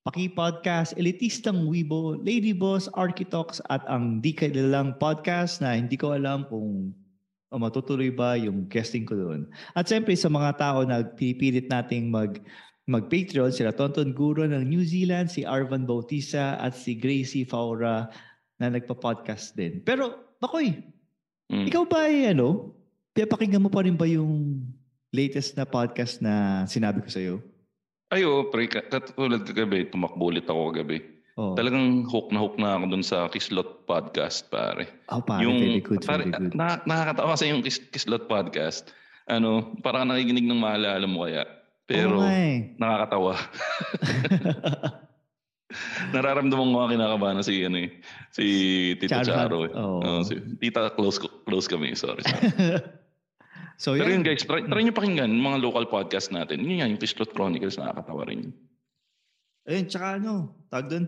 Speaker 2: Paki Podcast, Elitistang Weibo, Lady Boss, Architox, at ang di kailalang podcast na hindi ko alam kung o matutuloy ba yung guesting ko doon. At siyempre sa mga tao na pinipilit nating mag mag-Patreon, sila Tonton Guro ng New Zealand, si Arvan Bautista at si Gracie Faura na nagpa-podcast din. Pero, Bakoy,
Speaker 3: Mm.
Speaker 2: ikaw ba ay ano, pinapakinggan mo pa rin ba yung latest na podcast na sinabi ko sa'yo?
Speaker 3: Ay, oo, pre. Ka- Katulad kagabi, tumakbo ulit ako kagabi.
Speaker 2: Oh.
Speaker 3: Talagang hook na hook na ako dun sa Kislot Podcast, pare.
Speaker 2: Oh, pare, very good,
Speaker 3: pare, ah,
Speaker 2: very good.
Speaker 3: na- nakakatawa kasi yung Kis- Kislot Podcast. Ano, parang nakikinig ng maalala mo kaya.
Speaker 2: Oo
Speaker 3: Pero
Speaker 2: nga eh.
Speaker 3: nakakatawa. Nararamdaman ko nga kinakabahan si, ano eh, si Tita
Speaker 2: Charo.
Speaker 3: Charo. eh.
Speaker 2: Oo.
Speaker 3: Oo, si, tita, close, ko- close kami. Sorry.
Speaker 2: so,
Speaker 3: sorry. Pero
Speaker 2: yun,
Speaker 3: yun guys, try, try nyo pakinggan yung mga local podcast natin. Yun yan, yung Kislot Chronicles, nakakatawa rin. yun.
Speaker 2: ayun, tsaka ano, tag doon,